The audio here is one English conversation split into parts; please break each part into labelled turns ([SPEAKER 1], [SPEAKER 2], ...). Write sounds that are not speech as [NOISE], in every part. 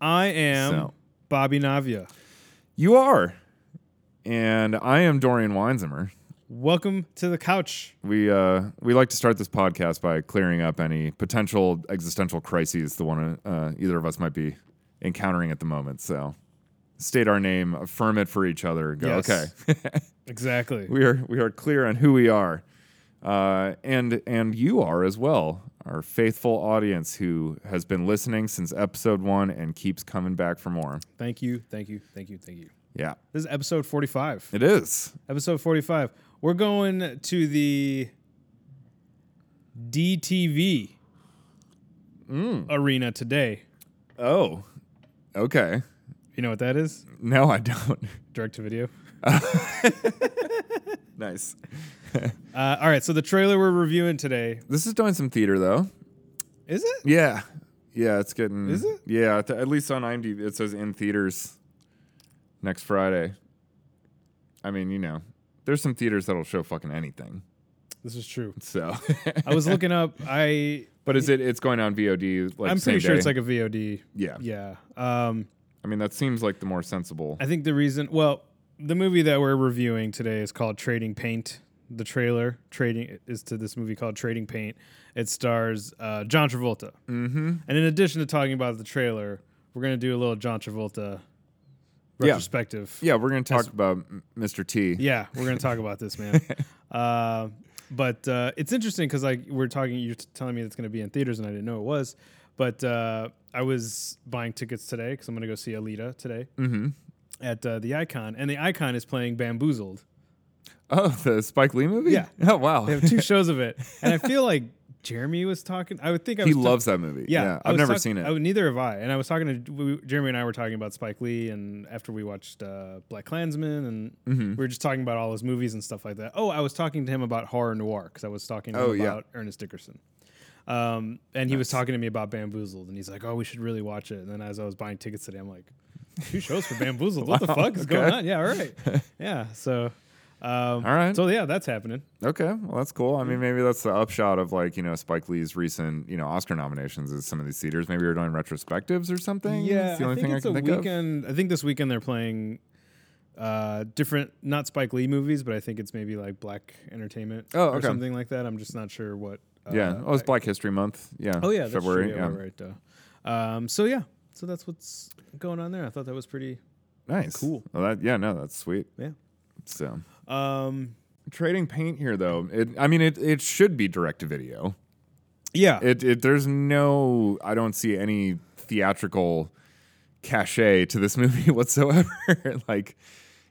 [SPEAKER 1] I am
[SPEAKER 2] So.
[SPEAKER 1] Bobby Navia.
[SPEAKER 2] You are. And I am Dorian Weinzimmer.
[SPEAKER 1] Welcome to the couch.
[SPEAKER 2] We uh, we like to start this podcast by clearing up any potential existential crises the one uh, either of us might be encountering at the moment. So state our name, affirm it for each other. Go
[SPEAKER 1] Yes.
[SPEAKER 2] okay. [LAUGHS]
[SPEAKER 1] Exactly.
[SPEAKER 2] we are we are clear on who we are, uh, and and you are as well. Our faithful audience who has been listening since episode one and keeps coming back for more.
[SPEAKER 1] Thank you. Thank you. Thank you. Thank you.
[SPEAKER 2] Yeah,
[SPEAKER 1] This is episode 45.
[SPEAKER 2] it is.
[SPEAKER 1] Episode 45. We're going to the DTV
[SPEAKER 2] Mm.
[SPEAKER 1] arena today.
[SPEAKER 2] Oh, okay.
[SPEAKER 1] You know what that is?
[SPEAKER 2] No, I don't. [LAUGHS]
[SPEAKER 1] Direct to video.
[SPEAKER 2] nice.
[SPEAKER 1] Uh, all right. So the trailer we're reviewing today
[SPEAKER 2] This is doing some theater though.
[SPEAKER 1] is it?
[SPEAKER 2] Yeah, yeah, it's getting.
[SPEAKER 1] Is it?
[SPEAKER 2] Yeah, at- at least on IMDb it says in theaters next Friday. I mean, you know, there's some theaters that'll show fucking anything.
[SPEAKER 1] This is true.
[SPEAKER 2] So, [LAUGHS]
[SPEAKER 1] I was looking up. I
[SPEAKER 2] but is it? It's going on VOD. Like
[SPEAKER 1] I'm pretty
[SPEAKER 2] same
[SPEAKER 1] sure
[SPEAKER 2] day?
[SPEAKER 1] it's like a VOD.
[SPEAKER 2] Yeah.
[SPEAKER 1] Yeah. Um,
[SPEAKER 2] I mean, that seems like the more sensible.
[SPEAKER 1] I think the reason, well, the movie that we're reviewing today is called Trading Paint. The trailer trading is to this movie called Trading Paint. It stars uh, John Travolta. Mm-hmm. And in addition to talking about the trailer, we're gonna do a little John Travolta
[SPEAKER 2] Yeah.
[SPEAKER 1] retrospective.
[SPEAKER 2] Yeah, we're gonna talk about M- Mr. T.
[SPEAKER 1] Yeah, we're gonna talk about this,
[SPEAKER 2] [LAUGHS]
[SPEAKER 1] man. uh, but uh, it's interesting because like we're talking, you're t- telling me it's gonna be in theaters, and I didn't know it was. But uh, I was buying tickets today because I'm gonna go see Alita today
[SPEAKER 2] Mm-hmm.
[SPEAKER 1] at uh, the Icon, and the Icon is playing Bamboozled.
[SPEAKER 2] Oh, the Spike Lee movie.
[SPEAKER 1] Yeah.
[SPEAKER 2] [LAUGHS] Oh wow.
[SPEAKER 1] [LAUGHS] They have two shows of it, and I feel like Jeremy was talking. I would think I
[SPEAKER 2] he
[SPEAKER 1] was
[SPEAKER 2] loves that movie.
[SPEAKER 1] Yeah, I
[SPEAKER 2] I've
[SPEAKER 1] was
[SPEAKER 2] never
[SPEAKER 1] talk-
[SPEAKER 2] seen it.
[SPEAKER 1] I would- neither have I. And I was talking to we, Jeremy and I were talking about Spike Lee, and after we watched uh, Black Klansman, and
[SPEAKER 2] Mm-hmm.
[SPEAKER 1] we were just talking about all his movies and stuff like that. Oh, I was talking to him about horror noir because I was talking to
[SPEAKER 2] Oh,
[SPEAKER 1] him
[SPEAKER 2] yeah.
[SPEAKER 1] about Ernest Dickerson. Um, and he was talking to me about Bamboozled, and he's like, "Oh, we should really watch it." And then as I was buying tickets today, I'm like, two shows for Bamboozled.
[SPEAKER 2] [LAUGHS]
[SPEAKER 1] What the fuck is going
[SPEAKER 2] okay.
[SPEAKER 1] on? Yeah, all
[SPEAKER 2] [LAUGHS]
[SPEAKER 1] right, yeah. So, um,
[SPEAKER 2] All right.
[SPEAKER 1] So yeah, that's happening.
[SPEAKER 2] Okay, well that's cool. I mean, maybe that's the upshot of like you know Spike Lee's recent you know Oscar nominations is some of these theaters. Maybe we're doing retrospectives or something.
[SPEAKER 1] Yeah,
[SPEAKER 2] it's the only
[SPEAKER 1] I think
[SPEAKER 2] thing
[SPEAKER 1] it's
[SPEAKER 2] I can
[SPEAKER 1] a
[SPEAKER 2] think of.
[SPEAKER 1] weekend. I think this weekend they're playing uh, different, not Spike Lee movies, but I think it's maybe like Black Entertainment
[SPEAKER 2] Oh,
[SPEAKER 1] or
[SPEAKER 2] okay.
[SPEAKER 1] something like that. I'm just not sure what. Uh,
[SPEAKER 2] yeah, oh, it's Black History Month. Yeah.
[SPEAKER 1] oh yeah, that's
[SPEAKER 2] February.
[SPEAKER 1] True. Yeah, we're right. Duh. Um, so yeah, so that's what's going on there. I thought that was pretty.
[SPEAKER 2] Nice.
[SPEAKER 1] Cool.
[SPEAKER 2] Well, that yeah, no, that's sweet.
[SPEAKER 1] Yeah.
[SPEAKER 2] So
[SPEAKER 1] Um,
[SPEAKER 2] trading paint here though. It, I mean, it it should be direct to video.
[SPEAKER 1] yeah.
[SPEAKER 2] It, it there's no I don't see any theatrical cachet to this [LAUGHS] movie whatsoever. like,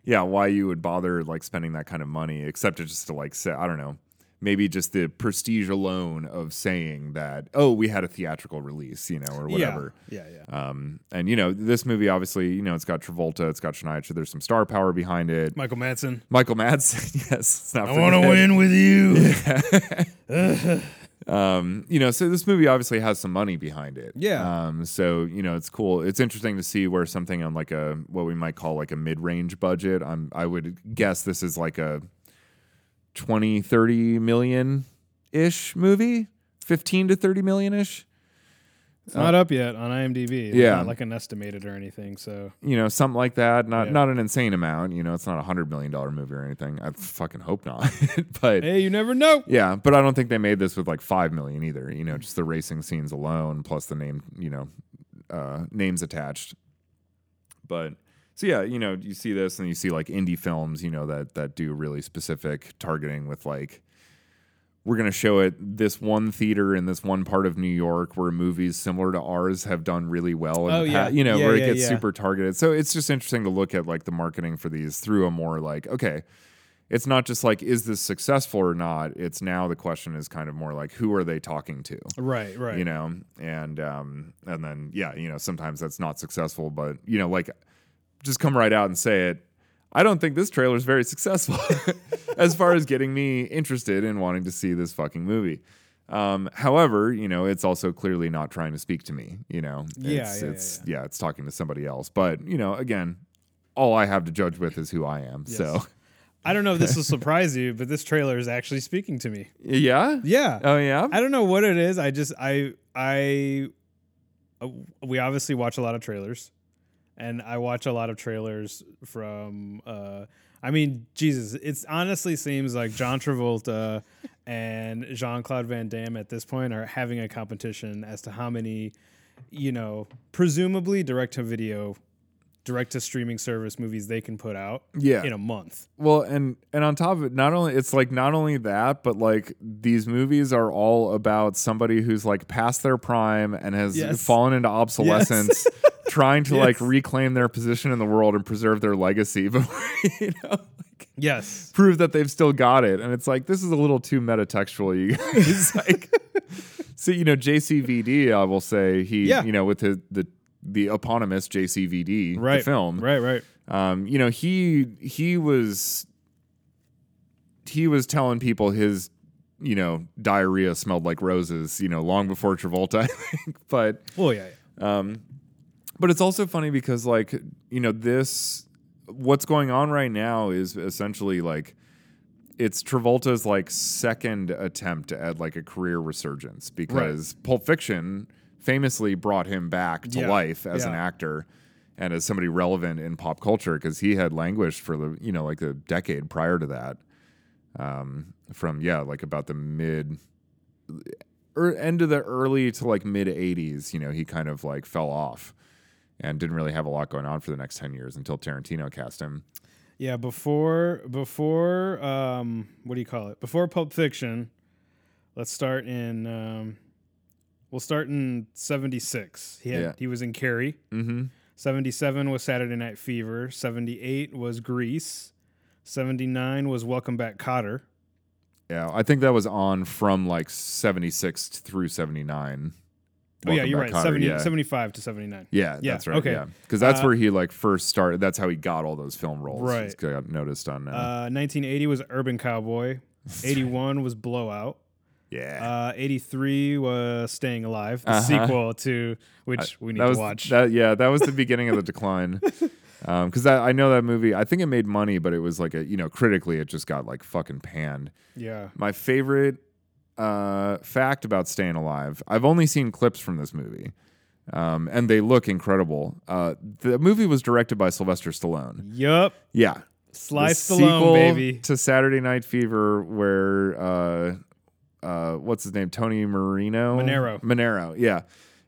[SPEAKER 2] yeah, why you would bother like spending that kind of money except to just to like say I don't know, maybe just the prestige alone of saying that oh we had a theatrical release you know or whatever.
[SPEAKER 1] Yeah. Yeah. Yeah.
[SPEAKER 2] Um, and you know this movie obviously you know it's got Travolta, it's got Shania. There's some star power behind it.
[SPEAKER 1] Michael Madsen.
[SPEAKER 2] Michael Madsen, [LAUGHS] yes, it's not
[SPEAKER 1] I want to
[SPEAKER 2] forget.
[SPEAKER 1] win with
[SPEAKER 2] [LAUGHS]
[SPEAKER 1] you.
[SPEAKER 2] Um, you know, so this movie obviously has some money behind it.
[SPEAKER 1] Yeah.
[SPEAKER 2] Um, so you know, it's cool. It's interesting to see where something on like a what we might call like a mid-range budget. I'm I would guess this is like a 20, 30 million ish movie, 15 to 30 million ish.
[SPEAKER 1] It's not up yet on IMDb. It's
[SPEAKER 2] Yeah.
[SPEAKER 1] not like an estimated or anything. So
[SPEAKER 2] You know, something like that. Not
[SPEAKER 1] Yeah.
[SPEAKER 2] not an insane amount. You know, it's not a hundred million dollar movie or anything. I fucking hope not. [LAUGHS] but
[SPEAKER 1] hey, you never know.
[SPEAKER 2] Yeah, but I don't think they made this with like five million either. You know, just the racing scenes alone, plus the name, you know, uh, names attached. But so yeah, you know, you see this and you see like indie films, you know, that that do really specific targeting with like we're going to show it this one theater in this one part of New York where movies similar to ours have done really well. In
[SPEAKER 1] Oh,
[SPEAKER 2] the
[SPEAKER 1] yeah.
[SPEAKER 2] pa- you know,
[SPEAKER 1] Yeah,
[SPEAKER 2] where
[SPEAKER 1] yeah,
[SPEAKER 2] it gets
[SPEAKER 1] yeah.
[SPEAKER 2] super targeted. So it's just interesting to look at like the marketing for these through a more like, okay, it's not just like, is this successful or not? It's now the question is kind of more like, who are they talking to?
[SPEAKER 1] Right. Right.
[SPEAKER 2] you know and um and then yeah you know sometimes that's not successful but you know like just come right out and say it i don't think this trailer is very successful [LAUGHS] as far as getting me interested in wanting to see this fucking movie um however you know it's also clearly not trying to speak to me you know
[SPEAKER 1] Yeah,
[SPEAKER 2] it's
[SPEAKER 1] yeah,
[SPEAKER 2] it's yeah, it's talking to somebody else but you know again all i have to judge with is who i am so
[SPEAKER 1] I don't know if this will surprise you, but this trailer is actually speaking to me.
[SPEAKER 2] [LAUGHS] yeah
[SPEAKER 1] Yeah.
[SPEAKER 2] oh yeah
[SPEAKER 1] I don't know what it is. I just I I uh, we obviously watch a lot of trailers, and I watch a lot of trailers from. Uh, I mean, Jesus, it honestly seems like John Travolta and Jean Claude Van Damme at this point are having a competition as to how many, you know, presumably direct to video, direct to streaming service movies they can put out
[SPEAKER 2] Yeah.
[SPEAKER 1] in a month.
[SPEAKER 2] Well, and and on top of it, not only it's like not only that, but like these movies are all about somebody who's like past their prime and has
[SPEAKER 1] Yes.
[SPEAKER 2] fallen into obsolescence, trying to like
[SPEAKER 1] Yes. [LAUGHS]
[SPEAKER 2] reclaim their position in the world and preserve their legacy, [LAUGHS] but you know, like [LAUGHS]
[SPEAKER 1] Yes.
[SPEAKER 2] prove that they've still got it. And it's like this is a little too metatextual, you guys. [LAUGHS] like, so you know, JCVD, I will say he,
[SPEAKER 1] Yeah.
[SPEAKER 2] you know, with his, the the eponymous JCVD, the
[SPEAKER 1] Right.
[SPEAKER 2] film,
[SPEAKER 1] Right. Right.
[SPEAKER 2] um, you know he he was he was telling people his you know diarrhea smelled like roses you know long before Travolta [LAUGHS] I think but
[SPEAKER 1] Well, yeah. yeah.
[SPEAKER 2] but it's also funny because like you know this what's going on right now is essentially like it's Travolta's like second attempt at like a career resurgence because Pulp Fiction famously brought him back to
[SPEAKER 1] Yeah.
[SPEAKER 2] life as an
[SPEAKER 1] Yeah.
[SPEAKER 2] actor and as somebody relevant in pop culture because he had languished for the you know like the decade prior to that um from yeah like about the mid er, end of the early to like mid 80s you know he kind of like fell off and didn't really have a lot going on for the next 10 years until Tarantino cast him
[SPEAKER 1] Yeah, before before um what do you call it? Before Pulp Fiction, let's start in um we'll start in 76. He had,
[SPEAKER 2] Yeah.
[SPEAKER 1] he was in Carrie.
[SPEAKER 2] mm-hmm
[SPEAKER 1] 77 was Saturday Night Fever, 78 was Grease, 79 was Welcome Back Cotter.
[SPEAKER 2] yeah I think that was on from like 76 through 79
[SPEAKER 1] Oh yeah,
[SPEAKER 2] Welcome
[SPEAKER 1] you're
[SPEAKER 2] Back,
[SPEAKER 1] right.
[SPEAKER 2] Kotter,
[SPEAKER 1] 70,
[SPEAKER 2] yeah.
[SPEAKER 1] 75 to 79.
[SPEAKER 2] Yeah,
[SPEAKER 1] Yeah,
[SPEAKER 2] that's right.
[SPEAKER 1] okay.
[SPEAKER 2] Yeah, because that's
[SPEAKER 1] Uh,
[SPEAKER 2] where he like first started. That's how he got all those film roles.
[SPEAKER 1] Right.
[SPEAKER 2] It's got noticed on. Uh,
[SPEAKER 1] Uh 1980 was Urban
[SPEAKER 2] [LAUGHS]
[SPEAKER 1] Cowboy, 81 was Blowout.
[SPEAKER 2] yeah,
[SPEAKER 1] Uh, 83 was Staying Alive, the
[SPEAKER 2] Uh-huh. Uh,
[SPEAKER 1] sequel to which we need
[SPEAKER 2] that
[SPEAKER 1] to
[SPEAKER 2] was
[SPEAKER 1] watch.
[SPEAKER 2] that. Yeah, that was the beginning of the
[SPEAKER 1] [LAUGHS]
[SPEAKER 2] decline. Because I know that movie. I think it made money, but it was like a you know critically, it just got like fucking panned.
[SPEAKER 1] yeah.
[SPEAKER 2] My favorite uh, fact about Staying Alive: I've only seen clips from this movie, um, and they look incredible. Uh, the movie was directed by Sylvester Stallone.
[SPEAKER 1] Yup.
[SPEAKER 2] Yeah,
[SPEAKER 1] Sly
[SPEAKER 2] the
[SPEAKER 1] Stallone,
[SPEAKER 2] sequel
[SPEAKER 1] baby.
[SPEAKER 2] to Saturday Night Fever, where uh, uh, what's his name, Tony Marino,
[SPEAKER 1] Manero.
[SPEAKER 2] Monero, yeah,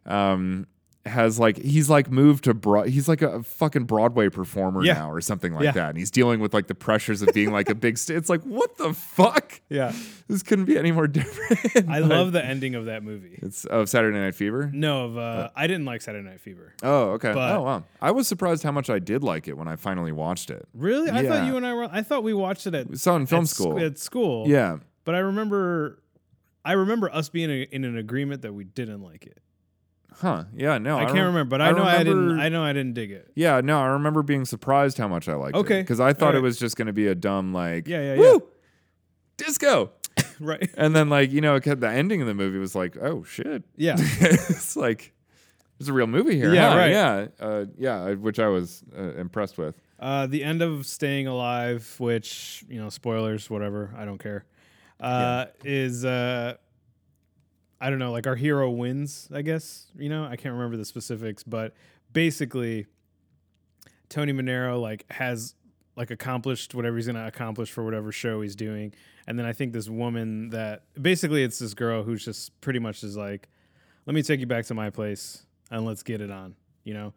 [SPEAKER 2] um, has like he's like moved to broad, he's like a fucking Broadway performer
[SPEAKER 1] Yeah.
[SPEAKER 2] now or something like
[SPEAKER 1] Yeah.
[SPEAKER 2] that, and he's dealing with like the pressures of being like a big. St- it's like what the fuck? [LAUGHS]
[SPEAKER 1] Yeah.
[SPEAKER 2] This couldn't be any more [LAUGHS] different.
[SPEAKER 1] I love the ending of that movie.
[SPEAKER 2] it's of Saturday Night Fever.
[SPEAKER 1] No, of, uh, I didn't like Saturday Night Fever.
[SPEAKER 2] Oh, okay.
[SPEAKER 1] But-
[SPEAKER 2] oh, wow. I was surprised how much I did like it when I finally watched it.
[SPEAKER 1] Really? I
[SPEAKER 2] Yeah.
[SPEAKER 1] thought you and I were, I thought we watched it at
[SPEAKER 2] We saw it in film
[SPEAKER 1] at sc-
[SPEAKER 2] school.
[SPEAKER 1] At school.
[SPEAKER 2] yeah.
[SPEAKER 1] But I remember, I remember us being a, in an agreement that we didn't like it.
[SPEAKER 2] Huh. Yeah. No.
[SPEAKER 1] I, can't
[SPEAKER 2] rem-
[SPEAKER 1] remember, but I, know I didn't,
[SPEAKER 2] remember-
[SPEAKER 1] I know I didn't dig it. [LAUGHS]
[SPEAKER 2] Yeah, no, I remember being surprised how much I liked it.
[SPEAKER 1] Okay.
[SPEAKER 2] Because I thought it
[SPEAKER 1] Alright.
[SPEAKER 2] was just going to be a dumb, like,
[SPEAKER 1] Yeah, yeah, yeah.
[SPEAKER 2] Woo! Disco.
[SPEAKER 1] Right.
[SPEAKER 2] And then, like, you know, it kept- the ending of the movie was like, oh, shit.
[SPEAKER 1] Yeah.
[SPEAKER 2] [LAUGHS] it's like, it's a real movie here.
[SPEAKER 1] Yeah,
[SPEAKER 2] huh?
[SPEAKER 1] right.
[SPEAKER 2] Yeah. Uh, yeah. I- Which I was uh, impressed with.
[SPEAKER 1] Uh, the end of Staying Alive, which you know, spoilers, whatever, I don't care. Uh, Is uh, I don't know, like our hero wins, I guess. You know, I can't remember the specifics, but basically, Tony Monero like has like accomplished whatever he's gonna accomplish for whatever show he's doing, and then I think this woman that basically it's this girl who's just pretty much is like, let me take you back to my place and let's get it on, you know.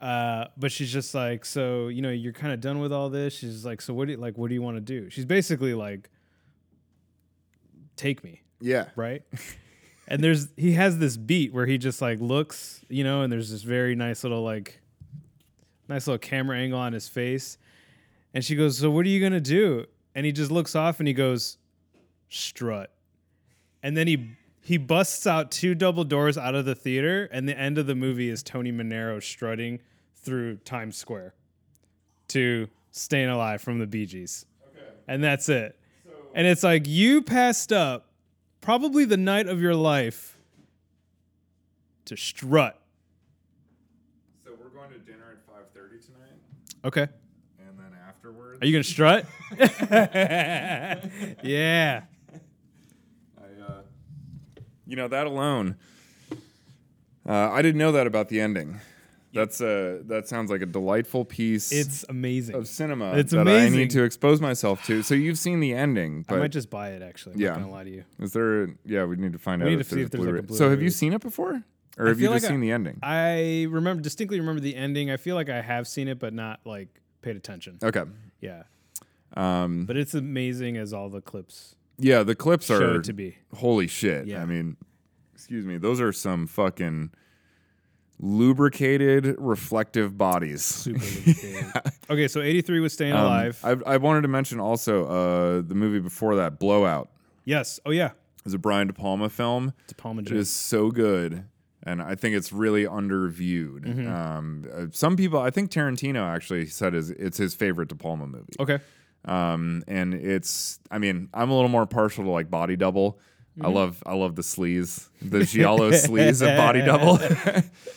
[SPEAKER 1] Uh, but she's just like, so you know, you're kind of done with all this. She's like, so what do you like? What do you want to do? She's basically like, take me,
[SPEAKER 2] Yeah.
[SPEAKER 1] [LAUGHS] right? and there's he has this beat where he just like looks, you know, and there's this very nice little like, nice little camera angle on his face, and she goes, so what are you gonna do? And he just looks off and he goes, strut, and then he. He busts out two double doors out of the theater, and the end of the movie is Tony Monero strutting through Times Square to Staying Alive from the Bee Gees. And that's it. and it's like you passed up probably the night of your life to strut.
[SPEAKER 2] So we're going to dinner at 5.30 tonight.
[SPEAKER 1] Okay.
[SPEAKER 2] And then afterwards,
[SPEAKER 1] Are you going to
[SPEAKER 2] [LAUGHS]
[SPEAKER 1] strut? yeah.
[SPEAKER 2] I, uh, you know, that alone. Uh, I didn't know that about the ending. That's uh, that sounds like a delightful piece
[SPEAKER 1] It's amazing.
[SPEAKER 2] of cinema
[SPEAKER 1] it's
[SPEAKER 2] that I
[SPEAKER 1] amazing.
[SPEAKER 2] need to expose myself to. So you've seen the ending,
[SPEAKER 1] I might
[SPEAKER 2] but
[SPEAKER 1] just buy it actually. I'm
[SPEAKER 2] Yeah.
[SPEAKER 1] not gonna lie to you.
[SPEAKER 2] is there? Yeah, we need to find
[SPEAKER 1] We
[SPEAKER 2] out
[SPEAKER 1] need
[SPEAKER 2] if
[SPEAKER 1] to see if
[SPEAKER 2] there's,
[SPEAKER 1] there's,
[SPEAKER 2] a
[SPEAKER 1] like,
[SPEAKER 2] Blu-ray.
[SPEAKER 1] a
[SPEAKER 2] So have
[SPEAKER 1] Blu-ray.
[SPEAKER 2] you seen it before, or have you
[SPEAKER 1] feel
[SPEAKER 2] just
[SPEAKER 1] like I-
[SPEAKER 2] seen the ending?
[SPEAKER 1] I remember distinctly remember the ending. I feel like I have seen it, but not like paid attention.
[SPEAKER 2] okay.
[SPEAKER 1] Yeah,
[SPEAKER 2] Um,
[SPEAKER 1] but it's amazing as all the clips
[SPEAKER 2] yeah, the clips
[SPEAKER 1] show
[SPEAKER 2] are
[SPEAKER 1] it to be.
[SPEAKER 2] holy shit.
[SPEAKER 1] Yeah.
[SPEAKER 2] I mean, excuse me, those are some fucking lubricated, reflective bodies.
[SPEAKER 1] Super.
[SPEAKER 2] [LAUGHS]
[SPEAKER 1] lubricated. Okay, so '83 was Staying
[SPEAKER 2] Um,
[SPEAKER 1] Alive.
[SPEAKER 2] I, I wanted to mention also uh, the movie before that, Blowout,
[SPEAKER 1] yes. Oh yeah,
[SPEAKER 2] is a Brian De Palma film.
[SPEAKER 1] it's Palma
[SPEAKER 2] It is so good, and I think it's really underviewed.
[SPEAKER 1] Mm-hmm.
[SPEAKER 2] Um, uh, some people, I think Tarantino actually said is it's his favorite De Palma movie.
[SPEAKER 1] Okay.
[SPEAKER 2] Um, and it's, I mean, I'm a little more partial to like Body Double.
[SPEAKER 1] Mm-hmm.
[SPEAKER 2] I love, I love the sleaze, the giallo sleaze of
[SPEAKER 1] [LAUGHS]
[SPEAKER 2] Body Double.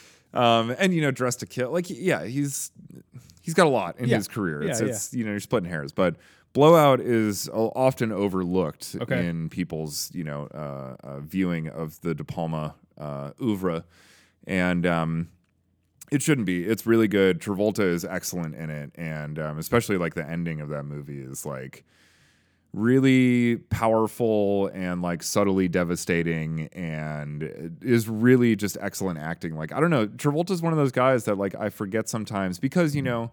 [SPEAKER 2] [LAUGHS] um, and you know, Dress to Kill. Like, yeah, he's he's got a lot in
[SPEAKER 1] Yeah.
[SPEAKER 2] his career.
[SPEAKER 1] Yeah,
[SPEAKER 2] It's,
[SPEAKER 1] yeah.
[SPEAKER 2] it's you know, you're splitting hairs, but Blowout is o- often overlooked
[SPEAKER 1] Okay.
[SPEAKER 2] in people's you know uh, uh, viewing of the De Palma uh, oeuvre, and um, it shouldn't be. It's really good. Travolta is excellent in it, and um, especially like the ending of that movie is like really powerful and like subtly devastating and is really just excellent acting like i don't know travolta's one of those guys that like i forget sometimes because you know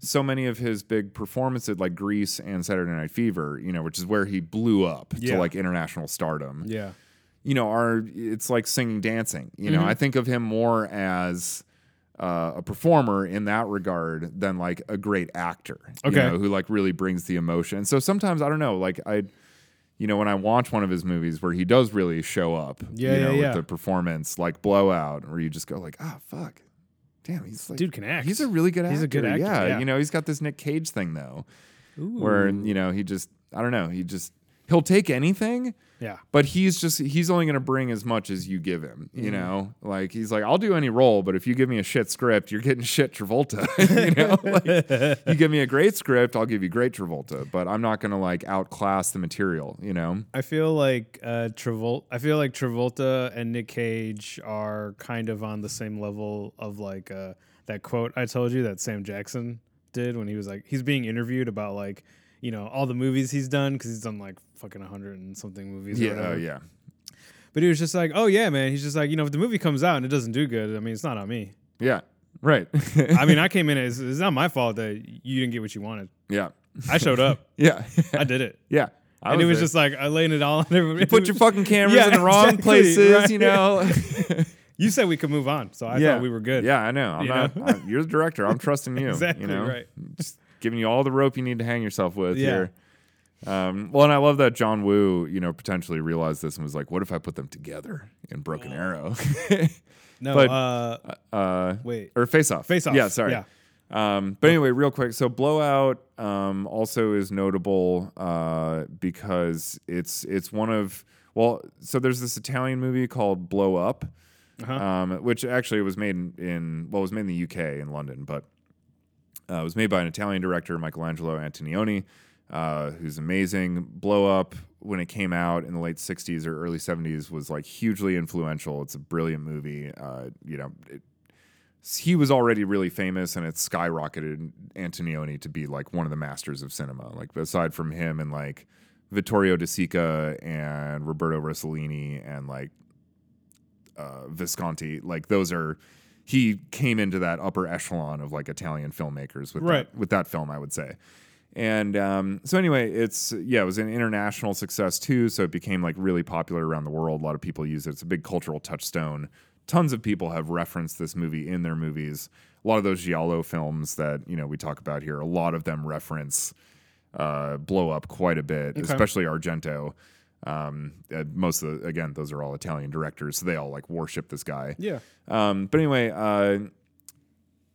[SPEAKER 2] so many of his big performances like grease and saturday night fever you know which is where he blew up
[SPEAKER 1] Yeah.
[SPEAKER 2] to like international stardom
[SPEAKER 1] Yeah.
[SPEAKER 2] you know, are it's like singing dancing. You know,
[SPEAKER 1] Mm-hmm.
[SPEAKER 2] I think of him more as uh, a performer in that regard than like a great actor.
[SPEAKER 1] Okay.
[SPEAKER 2] You know, who like really brings the emotion. So sometimes I don't know, like I you know, when I watch one of his movies where he does really show up,
[SPEAKER 1] Yeah,
[SPEAKER 2] you know,
[SPEAKER 1] yeah, yeah.
[SPEAKER 2] with the performance, like blowout, where you just go like, ah fuck. Damn, he's like
[SPEAKER 1] Dude can act.
[SPEAKER 2] He's a really good actor.
[SPEAKER 1] He's a good actor,
[SPEAKER 2] yeah.
[SPEAKER 1] yeah.
[SPEAKER 2] You know, he's got this Nick Cage thing though,
[SPEAKER 1] Ooh.
[SPEAKER 2] where, you know, he just I don't know, he just he'll take anything
[SPEAKER 1] yeah.
[SPEAKER 2] but he's just he's only going to bring as much as you give him
[SPEAKER 1] Mm.
[SPEAKER 2] you know like he's like i'll do any role but if you give me a shit script you're getting [LAUGHS] shit travolta you
[SPEAKER 1] [LAUGHS]
[SPEAKER 2] know like you give me a great script i'll give you great travolta but i'm not going to like outclass the material you know
[SPEAKER 1] I feel like uh, Travolta. I feel like Travolta and Nick Cage are kind of on the same level of like uh, that quote I told you that Sam Jackson did when he was like he's being interviewed about like you know all the movies he's done because he's done like fucking a hundred and something movies. or
[SPEAKER 2] yeah
[SPEAKER 1] whatever.
[SPEAKER 2] oh, yeah
[SPEAKER 1] But he was just like, oh yeah, man. He's just like, you know, if the movie comes out and it doesn't do good, I mean, it's not on me.
[SPEAKER 2] yeah right [LAUGHS]
[SPEAKER 1] I mean, I came in. It's, it's not my fault that you didn't get what you wanted.
[SPEAKER 2] yeah
[SPEAKER 1] I showed up.
[SPEAKER 2] yeah [LAUGHS]
[SPEAKER 1] I did it.
[SPEAKER 2] yeah I
[SPEAKER 1] and it was
[SPEAKER 2] there.
[SPEAKER 1] just like I laying it all on everybody. [LAUGHS]
[SPEAKER 2] put your fucking cameras
[SPEAKER 1] Yeah,
[SPEAKER 2] in the wrong
[SPEAKER 1] exactly,
[SPEAKER 2] places
[SPEAKER 1] right.
[SPEAKER 2] you know [LAUGHS]
[SPEAKER 1] You said we could move on, so I thought we were good.
[SPEAKER 2] Yeah, I know. I'm
[SPEAKER 1] You
[SPEAKER 2] not.
[SPEAKER 1] know?
[SPEAKER 2] I'm- you're the director. I'm
[SPEAKER 1] [LAUGHS]
[SPEAKER 2] trusting you.
[SPEAKER 1] Exactly
[SPEAKER 2] you know?
[SPEAKER 1] right.
[SPEAKER 2] Just giving you all the rope you need to hang yourself with
[SPEAKER 1] Yeah.
[SPEAKER 2] here. Um, well, and I love that John Woo, you know, potentially realized this and was like, "What if I put them together in
[SPEAKER 1] Oh.
[SPEAKER 2] Broken Arrow, [LAUGHS]
[SPEAKER 1] No,
[SPEAKER 2] But-
[SPEAKER 1] uh,
[SPEAKER 2] uh,
[SPEAKER 1] wait.
[SPEAKER 2] or Face Off?
[SPEAKER 1] Face Off,
[SPEAKER 2] Yeah, sorry.
[SPEAKER 1] yeah.
[SPEAKER 2] Um, but anyway, real quick. So Blowout um, also is notable uh, because it's it's one of well, so there's this Italian movie called Blow Up,
[SPEAKER 1] Uh-huh.
[SPEAKER 2] um, which actually was made in, in well, it was made in the UK in London, but uh, it was made by an Italian director, Michelangelo Antonioni, uh, who's amazing. Blow Up, when it came out in the late 60s or early 70s, was like hugely influential. It's a brilliant movie. Uh, you know, it, he was already really famous, and it skyrocketed Antonioni to be like one of the masters of cinema. Like, aside from him and like Vittorio De Sica and Roberto Rossellini and like uh, Visconti, like those are he came into that upper echelon of like Italian filmmakers with
[SPEAKER 1] Right.
[SPEAKER 2] that, with that film, I would say. And um, so anyway, it's yeah, it was an international success too, so it became like really popular around the world. A lot of people use it. It's a big cultural touchstone. Tons of people have referenced this movie in their movies. A lot of those giallo films that you know we talk about here, a lot of them reference uh, blow up quite a bit, especially Argento. Um, uh, most of the, again, those are all Italian directors, so they all like worship this guy.
[SPEAKER 1] Yeah.
[SPEAKER 2] Um, but anyway, uh,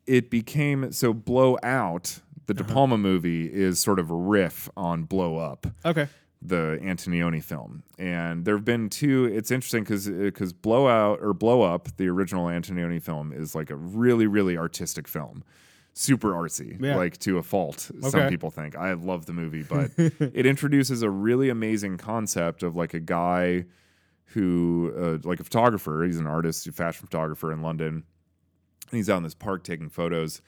[SPEAKER 2] it became so blow out. The De Palma movie is sort of a riff on blow up
[SPEAKER 1] Okay.
[SPEAKER 2] the Antonioni film, and there have been two. It's interesting because because Blowout or Blow Up, the original Antonioni film, is like a really really artistic film, super artsy,
[SPEAKER 1] Yeah.
[SPEAKER 2] like to a fault.
[SPEAKER 1] Okay.
[SPEAKER 2] Some people think I love the movie, but it introduces a really amazing concept of like a guy who uh, like a photographer. He's an artist, a fashion photographer in London, and he's out in this park taking photos.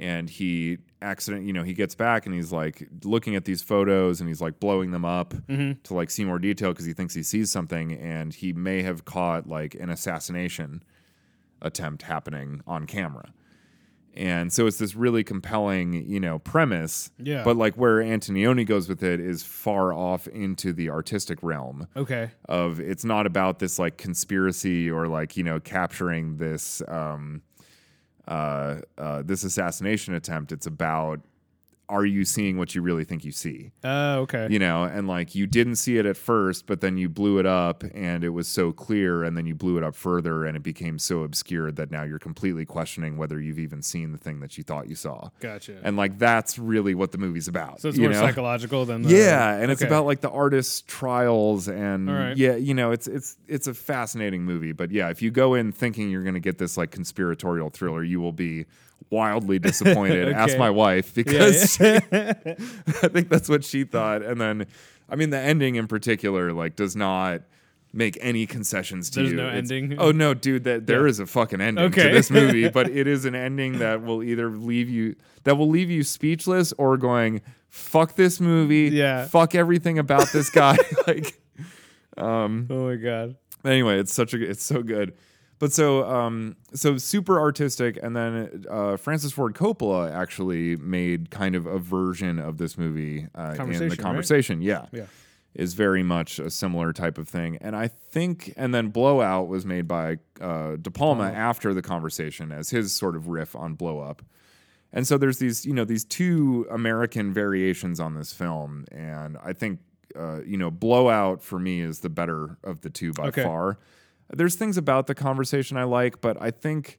[SPEAKER 2] And he accident, you know, he gets back and he's like looking at these photos and he's like blowing them up to like see more detail because he thinks he sees something and he may have caught like an assassination attempt happening on camera. And so it's this really compelling, you know, premise.
[SPEAKER 1] Yeah.
[SPEAKER 2] But like where Antonioni goes with it is far off into the artistic realm
[SPEAKER 1] Okay.
[SPEAKER 2] of it's not about this like conspiracy or like, you know, capturing this um uh, uh this assassination attempt. It's about are you seeing what you really think you see?
[SPEAKER 1] Oh, okay.
[SPEAKER 2] you know, and like you didn't see it at first, but then you blew it up and it was so clear, and then you blew it up further and it became so obscure that now you're completely questioning whether you've even seen the thing that you thought you saw.
[SPEAKER 1] Gotcha.
[SPEAKER 2] And like that's really what the movie's about.
[SPEAKER 1] so it's
[SPEAKER 2] you
[SPEAKER 1] more
[SPEAKER 2] know?
[SPEAKER 1] psychological than the,
[SPEAKER 2] yeah, and it's
[SPEAKER 1] Okay.
[SPEAKER 2] about like the artist's trials and
[SPEAKER 1] All right.
[SPEAKER 2] yeah, you know, it's it's it's a fascinating movie, but yeah, if you go in thinking you're going to get this like conspiratorial thriller, you will be
[SPEAKER 1] [LAUGHS]
[SPEAKER 2] wildly disappointed. Ask
[SPEAKER 1] Okay.
[SPEAKER 2] my wife
[SPEAKER 1] Yeah,
[SPEAKER 2] because
[SPEAKER 1] yeah.
[SPEAKER 2] [LAUGHS] I think that's what she thought. And then, I mean, the ending in particular, like, does not make any concessions to
[SPEAKER 1] There's
[SPEAKER 2] you.
[SPEAKER 1] no ending?
[SPEAKER 2] Oh no, dude, that there is a fucking ending
[SPEAKER 1] Okay.
[SPEAKER 2] to
[SPEAKER 1] [LAUGHS]
[SPEAKER 2] this movie, but it is an ending that will either leave you that will leave you speechless or going, "Fuck this movie."
[SPEAKER 1] Yeah.
[SPEAKER 2] Fuck everything about this guy. [LAUGHS] like,
[SPEAKER 1] oh my god.
[SPEAKER 2] anyway, it's such a it's so good. But so um so super artistic and then uh Francis Ford Coppola actually made kind of a version of this movie uh, in
[SPEAKER 1] Conversation,
[SPEAKER 2] the
[SPEAKER 1] right?
[SPEAKER 2] conversation. Yeah.
[SPEAKER 1] Yeah.
[SPEAKER 2] Is very much a similar type of thing. And I think and then Blowout was made by uh De Palma after the conversation as his sort of riff on Blow Up. And so there's these, you know, these two American variations on this film, and I think, uh, you know, Blowout for me is the better of the two by
[SPEAKER 1] Okay.
[SPEAKER 2] far. There's things about the conversation I like, but I think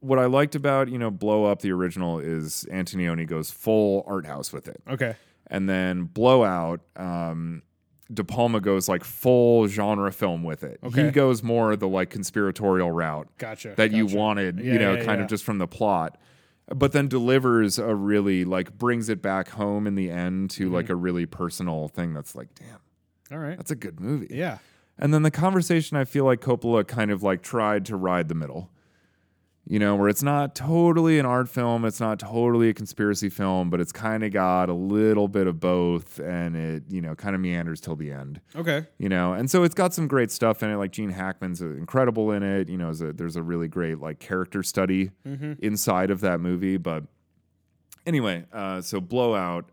[SPEAKER 2] what I liked about, you know, Blow Up the original is Antonioni goes full art house with it,
[SPEAKER 1] Okay.
[SPEAKER 2] and then Blowout, um, De Palma goes like full genre film with it. He
[SPEAKER 1] Okay.
[SPEAKER 2] goes more the like conspiratorial route
[SPEAKER 1] Gotcha.
[SPEAKER 2] that you
[SPEAKER 1] gotcha.
[SPEAKER 2] wanted, you
[SPEAKER 1] Yeah,
[SPEAKER 2] know,
[SPEAKER 1] yeah,
[SPEAKER 2] kind
[SPEAKER 1] yeah.
[SPEAKER 2] of just from the plot, but then delivers a really like brings it back home in the end
[SPEAKER 1] Mm-hmm.
[SPEAKER 2] to like a really personal thing that's like, damn,
[SPEAKER 1] All right.
[SPEAKER 2] that's a good movie.
[SPEAKER 1] Yeah.
[SPEAKER 2] And then the conversation, I feel like Coppola kind of like tried to ride the middle, you know, where it's not totally an art film, it's not totally a conspiracy film, but it's kind of got a little bit of both and it, you know, kind of meanders till the end
[SPEAKER 1] Okay.
[SPEAKER 2] you know and so it's got some great stuff in it like gene hackman's uh, incredible in it you know is a, there's a really great like character study inside of that movie but anyway uh, so blowout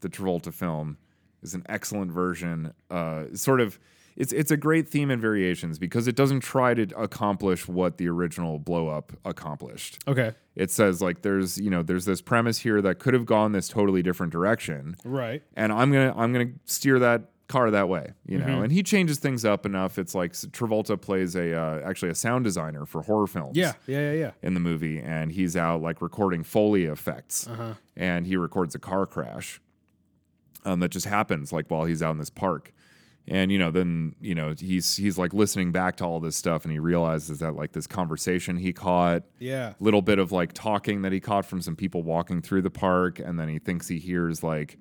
[SPEAKER 2] the travolta film is an excellent version uh, sort of it's it's a great theme and variations because it doesn't try to accomplish what the original blow up accomplished
[SPEAKER 1] Okay.
[SPEAKER 2] it says like there's you know there's this premise here that could have gone this totally different direction
[SPEAKER 1] Right.
[SPEAKER 2] and I'm gonna I'm gonna steer that car that way, you know. And he changes things up enough. It's like Travolta plays a uh, actually a sound designer for horror films.
[SPEAKER 1] Yeah. Yeah. Yeah. Yeah.
[SPEAKER 2] In the movie, and he's out like recording Foley effects, and he records a car crash um, that just happens like while he's out in this park, and you know then you know he's he's like listening back to all this stuff, and he realizes that like this conversation he caught
[SPEAKER 1] Yeah.
[SPEAKER 2] little bit of like talking that he caught from some people walking through the park, and then he thinks he hears like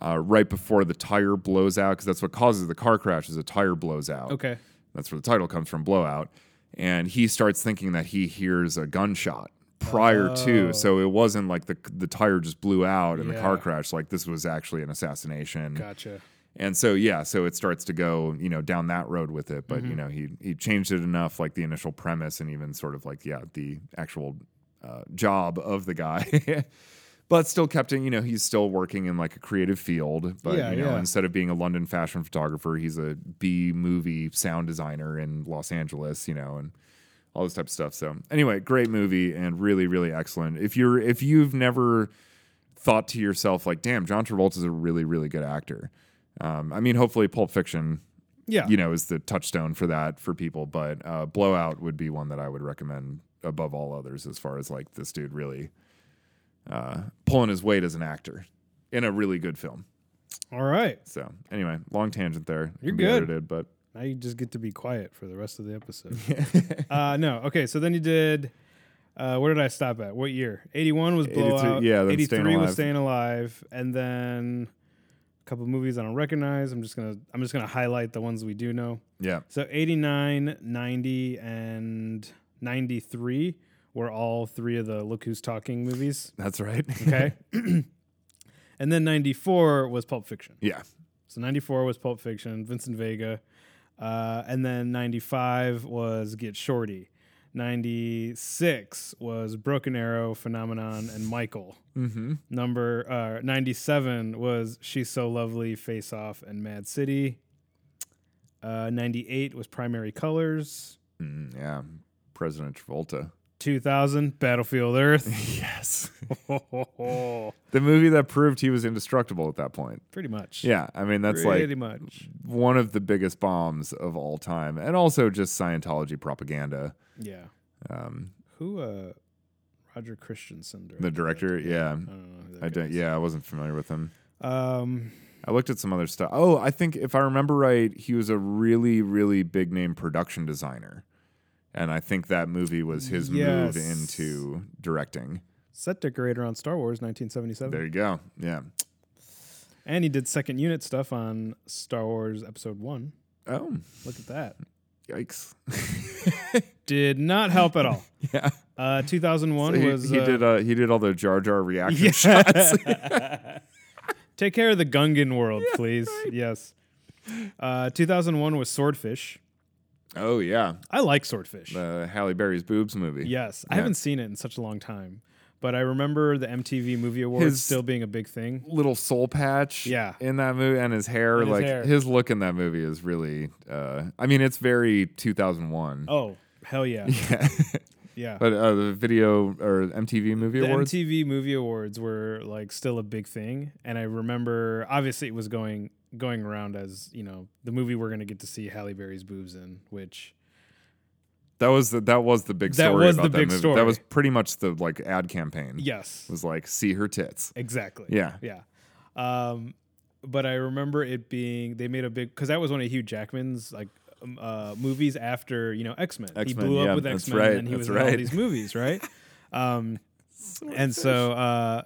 [SPEAKER 2] uh, right before the tire blows out because that's what causes the car crash is a tire blows out.
[SPEAKER 1] Okay.
[SPEAKER 2] that's where the title comes from, blowout. And he starts thinking that he hears a gunshot prior to, so it wasn't like the the tire just blew out in the car
[SPEAKER 1] Oh. Yeah.
[SPEAKER 2] crash. Like this was actually an assassination.
[SPEAKER 1] Gotcha.
[SPEAKER 2] And so yeah, so it starts to go, you know, down that road with it. But
[SPEAKER 1] Mm-hmm.
[SPEAKER 2] you know, he he changed it enough, like the initial premise and even sort of like yeah, the actual uh, job of the guy. [LAUGHS] but still kept it, you know, he's still working in like a creative field. But
[SPEAKER 1] Yeah,
[SPEAKER 2] you know,
[SPEAKER 1] yeah.
[SPEAKER 2] instead of being a London fashion photographer, he's a B movie sound designer in Los Angeles, you know, and all this type of stuff. So anyway, great movie and really, really excellent. If you're if you've never thought to yourself like, damn, John Travolta's a really, really good actor. Um, I mean, hopefully, Pulp Fiction,
[SPEAKER 1] Yeah.
[SPEAKER 2] you know, is the touchstone for that for people. But uh, Blowout would be one that I would recommend above all others, as far as like this dude really uh, pulling his weight as an actor in a really good film.
[SPEAKER 1] All right.
[SPEAKER 2] So anyway, long tangent there. It
[SPEAKER 1] You're
[SPEAKER 2] can be
[SPEAKER 1] good.
[SPEAKER 2] edited, but
[SPEAKER 1] Now you just get to be quiet for the rest of the episode. [LAUGHS] uh, no. Okay. So then you did. Uh, where did I stop at? What year? 81 was
[SPEAKER 2] 82
[SPEAKER 1] blowout.
[SPEAKER 2] yeah, then Staying
[SPEAKER 1] 83 was
[SPEAKER 2] Alive.
[SPEAKER 1] staying alive, and then couple movies I don't recognize. I'm just gonna I'm just gonna highlight the ones we do know.
[SPEAKER 2] Yeah.
[SPEAKER 1] So 89, 90, and 93 were all three of the Look Who's Talking movies.
[SPEAKER 2] That's right. [LAUGHS]
[SPEAKER 1] Okay. [CLEARS THROAT] and then 94 was Pulp Fiction.
[SPEAKER 2] yeah.
[SPEAKER 1] So 94 was Pulp Fiction, Vincent Vega. Uh, and then 95 was Get Shorty. 96 was Broken Arrow, Phenomenon, and Michael.
[SPEAKER 2] Mm-hmm.
[SPEAKER 1] Number uh, 97 was She's So Lovely, Face Off, and Mad City. Uh, 98 was Primary Colors.
[SPEAKER 2] Mm, yeah. President Travolta. [LAUGHS]
[SPEAKER 1] 2000, Battlefield Earth.
[SPEAKER 2] Yes. the movie that proved he was indestructible at that point.
[SPEAKER 1] Pretty much.
[SPEAKER 2] Yeah. I mean, that's
[SPEAKER 1] Pretty
[SPEAKER 2] like
[SPEAKER 1] much.
[SPEAKER 2] one of the biggest bombs of all time. And also just Scientology propaganda.
[SPEAKER 1] Yeah.
[SPEAKER 2] Um,
[SPEAKER 1] Who, uh, Roger Christensen,
[SPEAKER 2] the director, yeah.
[SPEAKER 1] I don't know. Who that
[SPEAKER 2] I
[SPEAKER 1] guy
[SPEAKER 2] don't,
[SPEAKER 1] is.
[SPEAKER 2] yeah, I wasn't familiar with him.
[SPEAKER 1] Um,
[SPEAKER 2] I looked at some other stuff. Oh, I think if I remember right, he was a really, really big name production designer. And I think that movie was his
[SPEAKER 1] Yes.
[SPEAKER 2] move into directing.
[SPEAKER 1] set decorator on Star Wars 1977.
[SPEAKER 2] There you go. Yeah.
[SPEAKER 1] And he did second unit stuff on Star Wars Episode 1.
[SPEAKER 2] Oh,
[SPEAKER 1] Look at that.
[SPEAKER 2] yikes. [LAUGHS]
[SPEAKER 1] Did not help at all.
[SPEAKER 2] yeah.
[SPEAKER 1] Uh, 2001
[SPEAKER 2] he,
[SPEAKER 1] was.
[SPEAKER 2] he
[SPEAKER 1] uh,
[SPEAKER 2] did uh, he did all the Jar Jar
[SPEAKER 1] [LAUGHS]
[SPEAKER 2] reaction
[SPEAKER 1] Yeah.
[SPEAKER 2] shots. [LAUGHS]
[SPEAKER 1] Take care of the Gungan world, please. Yes. Uh, 2001 was Swordfish.
[SPEAKER 2] oh yeah,
[SPEAKER 1] I like Swordfish.
[SPEAKER 2] the Halle Berry's boobs movie.
[SPEAKER 1] yes. I
[SPEAKER 2] Yeah.
[SPEAKER 1] haven't seen it in such a long time, but I remember the MTV Movie Awards
[SPEAKER 2] His-
[SPEAKER 1] still being a big thing.
[SPEAKER 2] Little soul patch.
[SPEAKER 1] Yeah.
[SPEAKER 2] In that movie and his hair,
[SPEAKER 1] And his
[SPEAKER 2] like
[SPEAKER 1] hair.
[SPEAKER 2] look in that movie is really. Uh, I mean, it's very 2001.
[SPEAKER 1] Oh, hell yeah.
[SPEAKER 2] [LAUGHS] Yeah.
[SPEAKER 1] Yeah.
[SPEAKER 2] but uh, the video or MTV Movie
[SPEAKER 1] the
[SPEAKER 2] Awards.
[SPEAKER 1] MTV Movie Awards were like still a big thing, and I remember obviously it was going going around as you know the movie we're gonna get to see Halle Berry's boobs in, which
[SPEAKER 2] that was the, that was the big
[SPEAKER 1] That
[SPEAKER 2] story
[SPEAKER 1] was
[SPEAKER 2] about
[SPEAKER 1] the
[SPEAKER 2] that
[SPEAKER 1] big
[SPEAKER 2] movie.
[SPEAKER 1] story.
[SPEAKER 2] That was pretty much the like ad campaign.
[SPEAKER 1] yes,
[SPEAKER 2] was like see her tits.
[SPEAKER 1] exactly,
[SPEAKER 2] Yeah.
[SPEAKER 1] yeah. Um, but I remember it being they made a big because that was one of Hugh Jackman's like um, uh, movies after you know X Men. He
[SPEAKER 2] X-Men,
[SPEAKER 1] blew up
[SPEAKER 2] yeah,
[SPEAKER 1] with
[SPEAKER 2] that's
[SPEAKER 1] X Men,
[SPEAKER 2] right,
[SPEAKER 1] and then he was
[SPEAKER 2] that's
[SPEAKER 1] in all
[SPEAKER 2] right.
[SPEAKER 1] these movies,
[SPEAKER 2] [LAUGHS]
[SPEAKER 1] right? um, and so uh,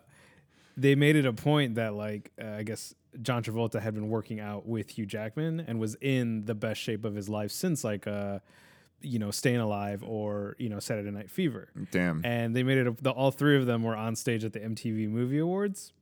[SPEAKER 1] they made it a point that like uh, I guess John Travolta had been working out with Hugh Jackman and was in the best shape of his life since like uh, you know Staying Alive or you know Saturday Night Fever.
[SPEAKER 2] Damn.
[SPEAKER 1] And they made it. A, the, all three of them were on stage at the MTV Movie Awards,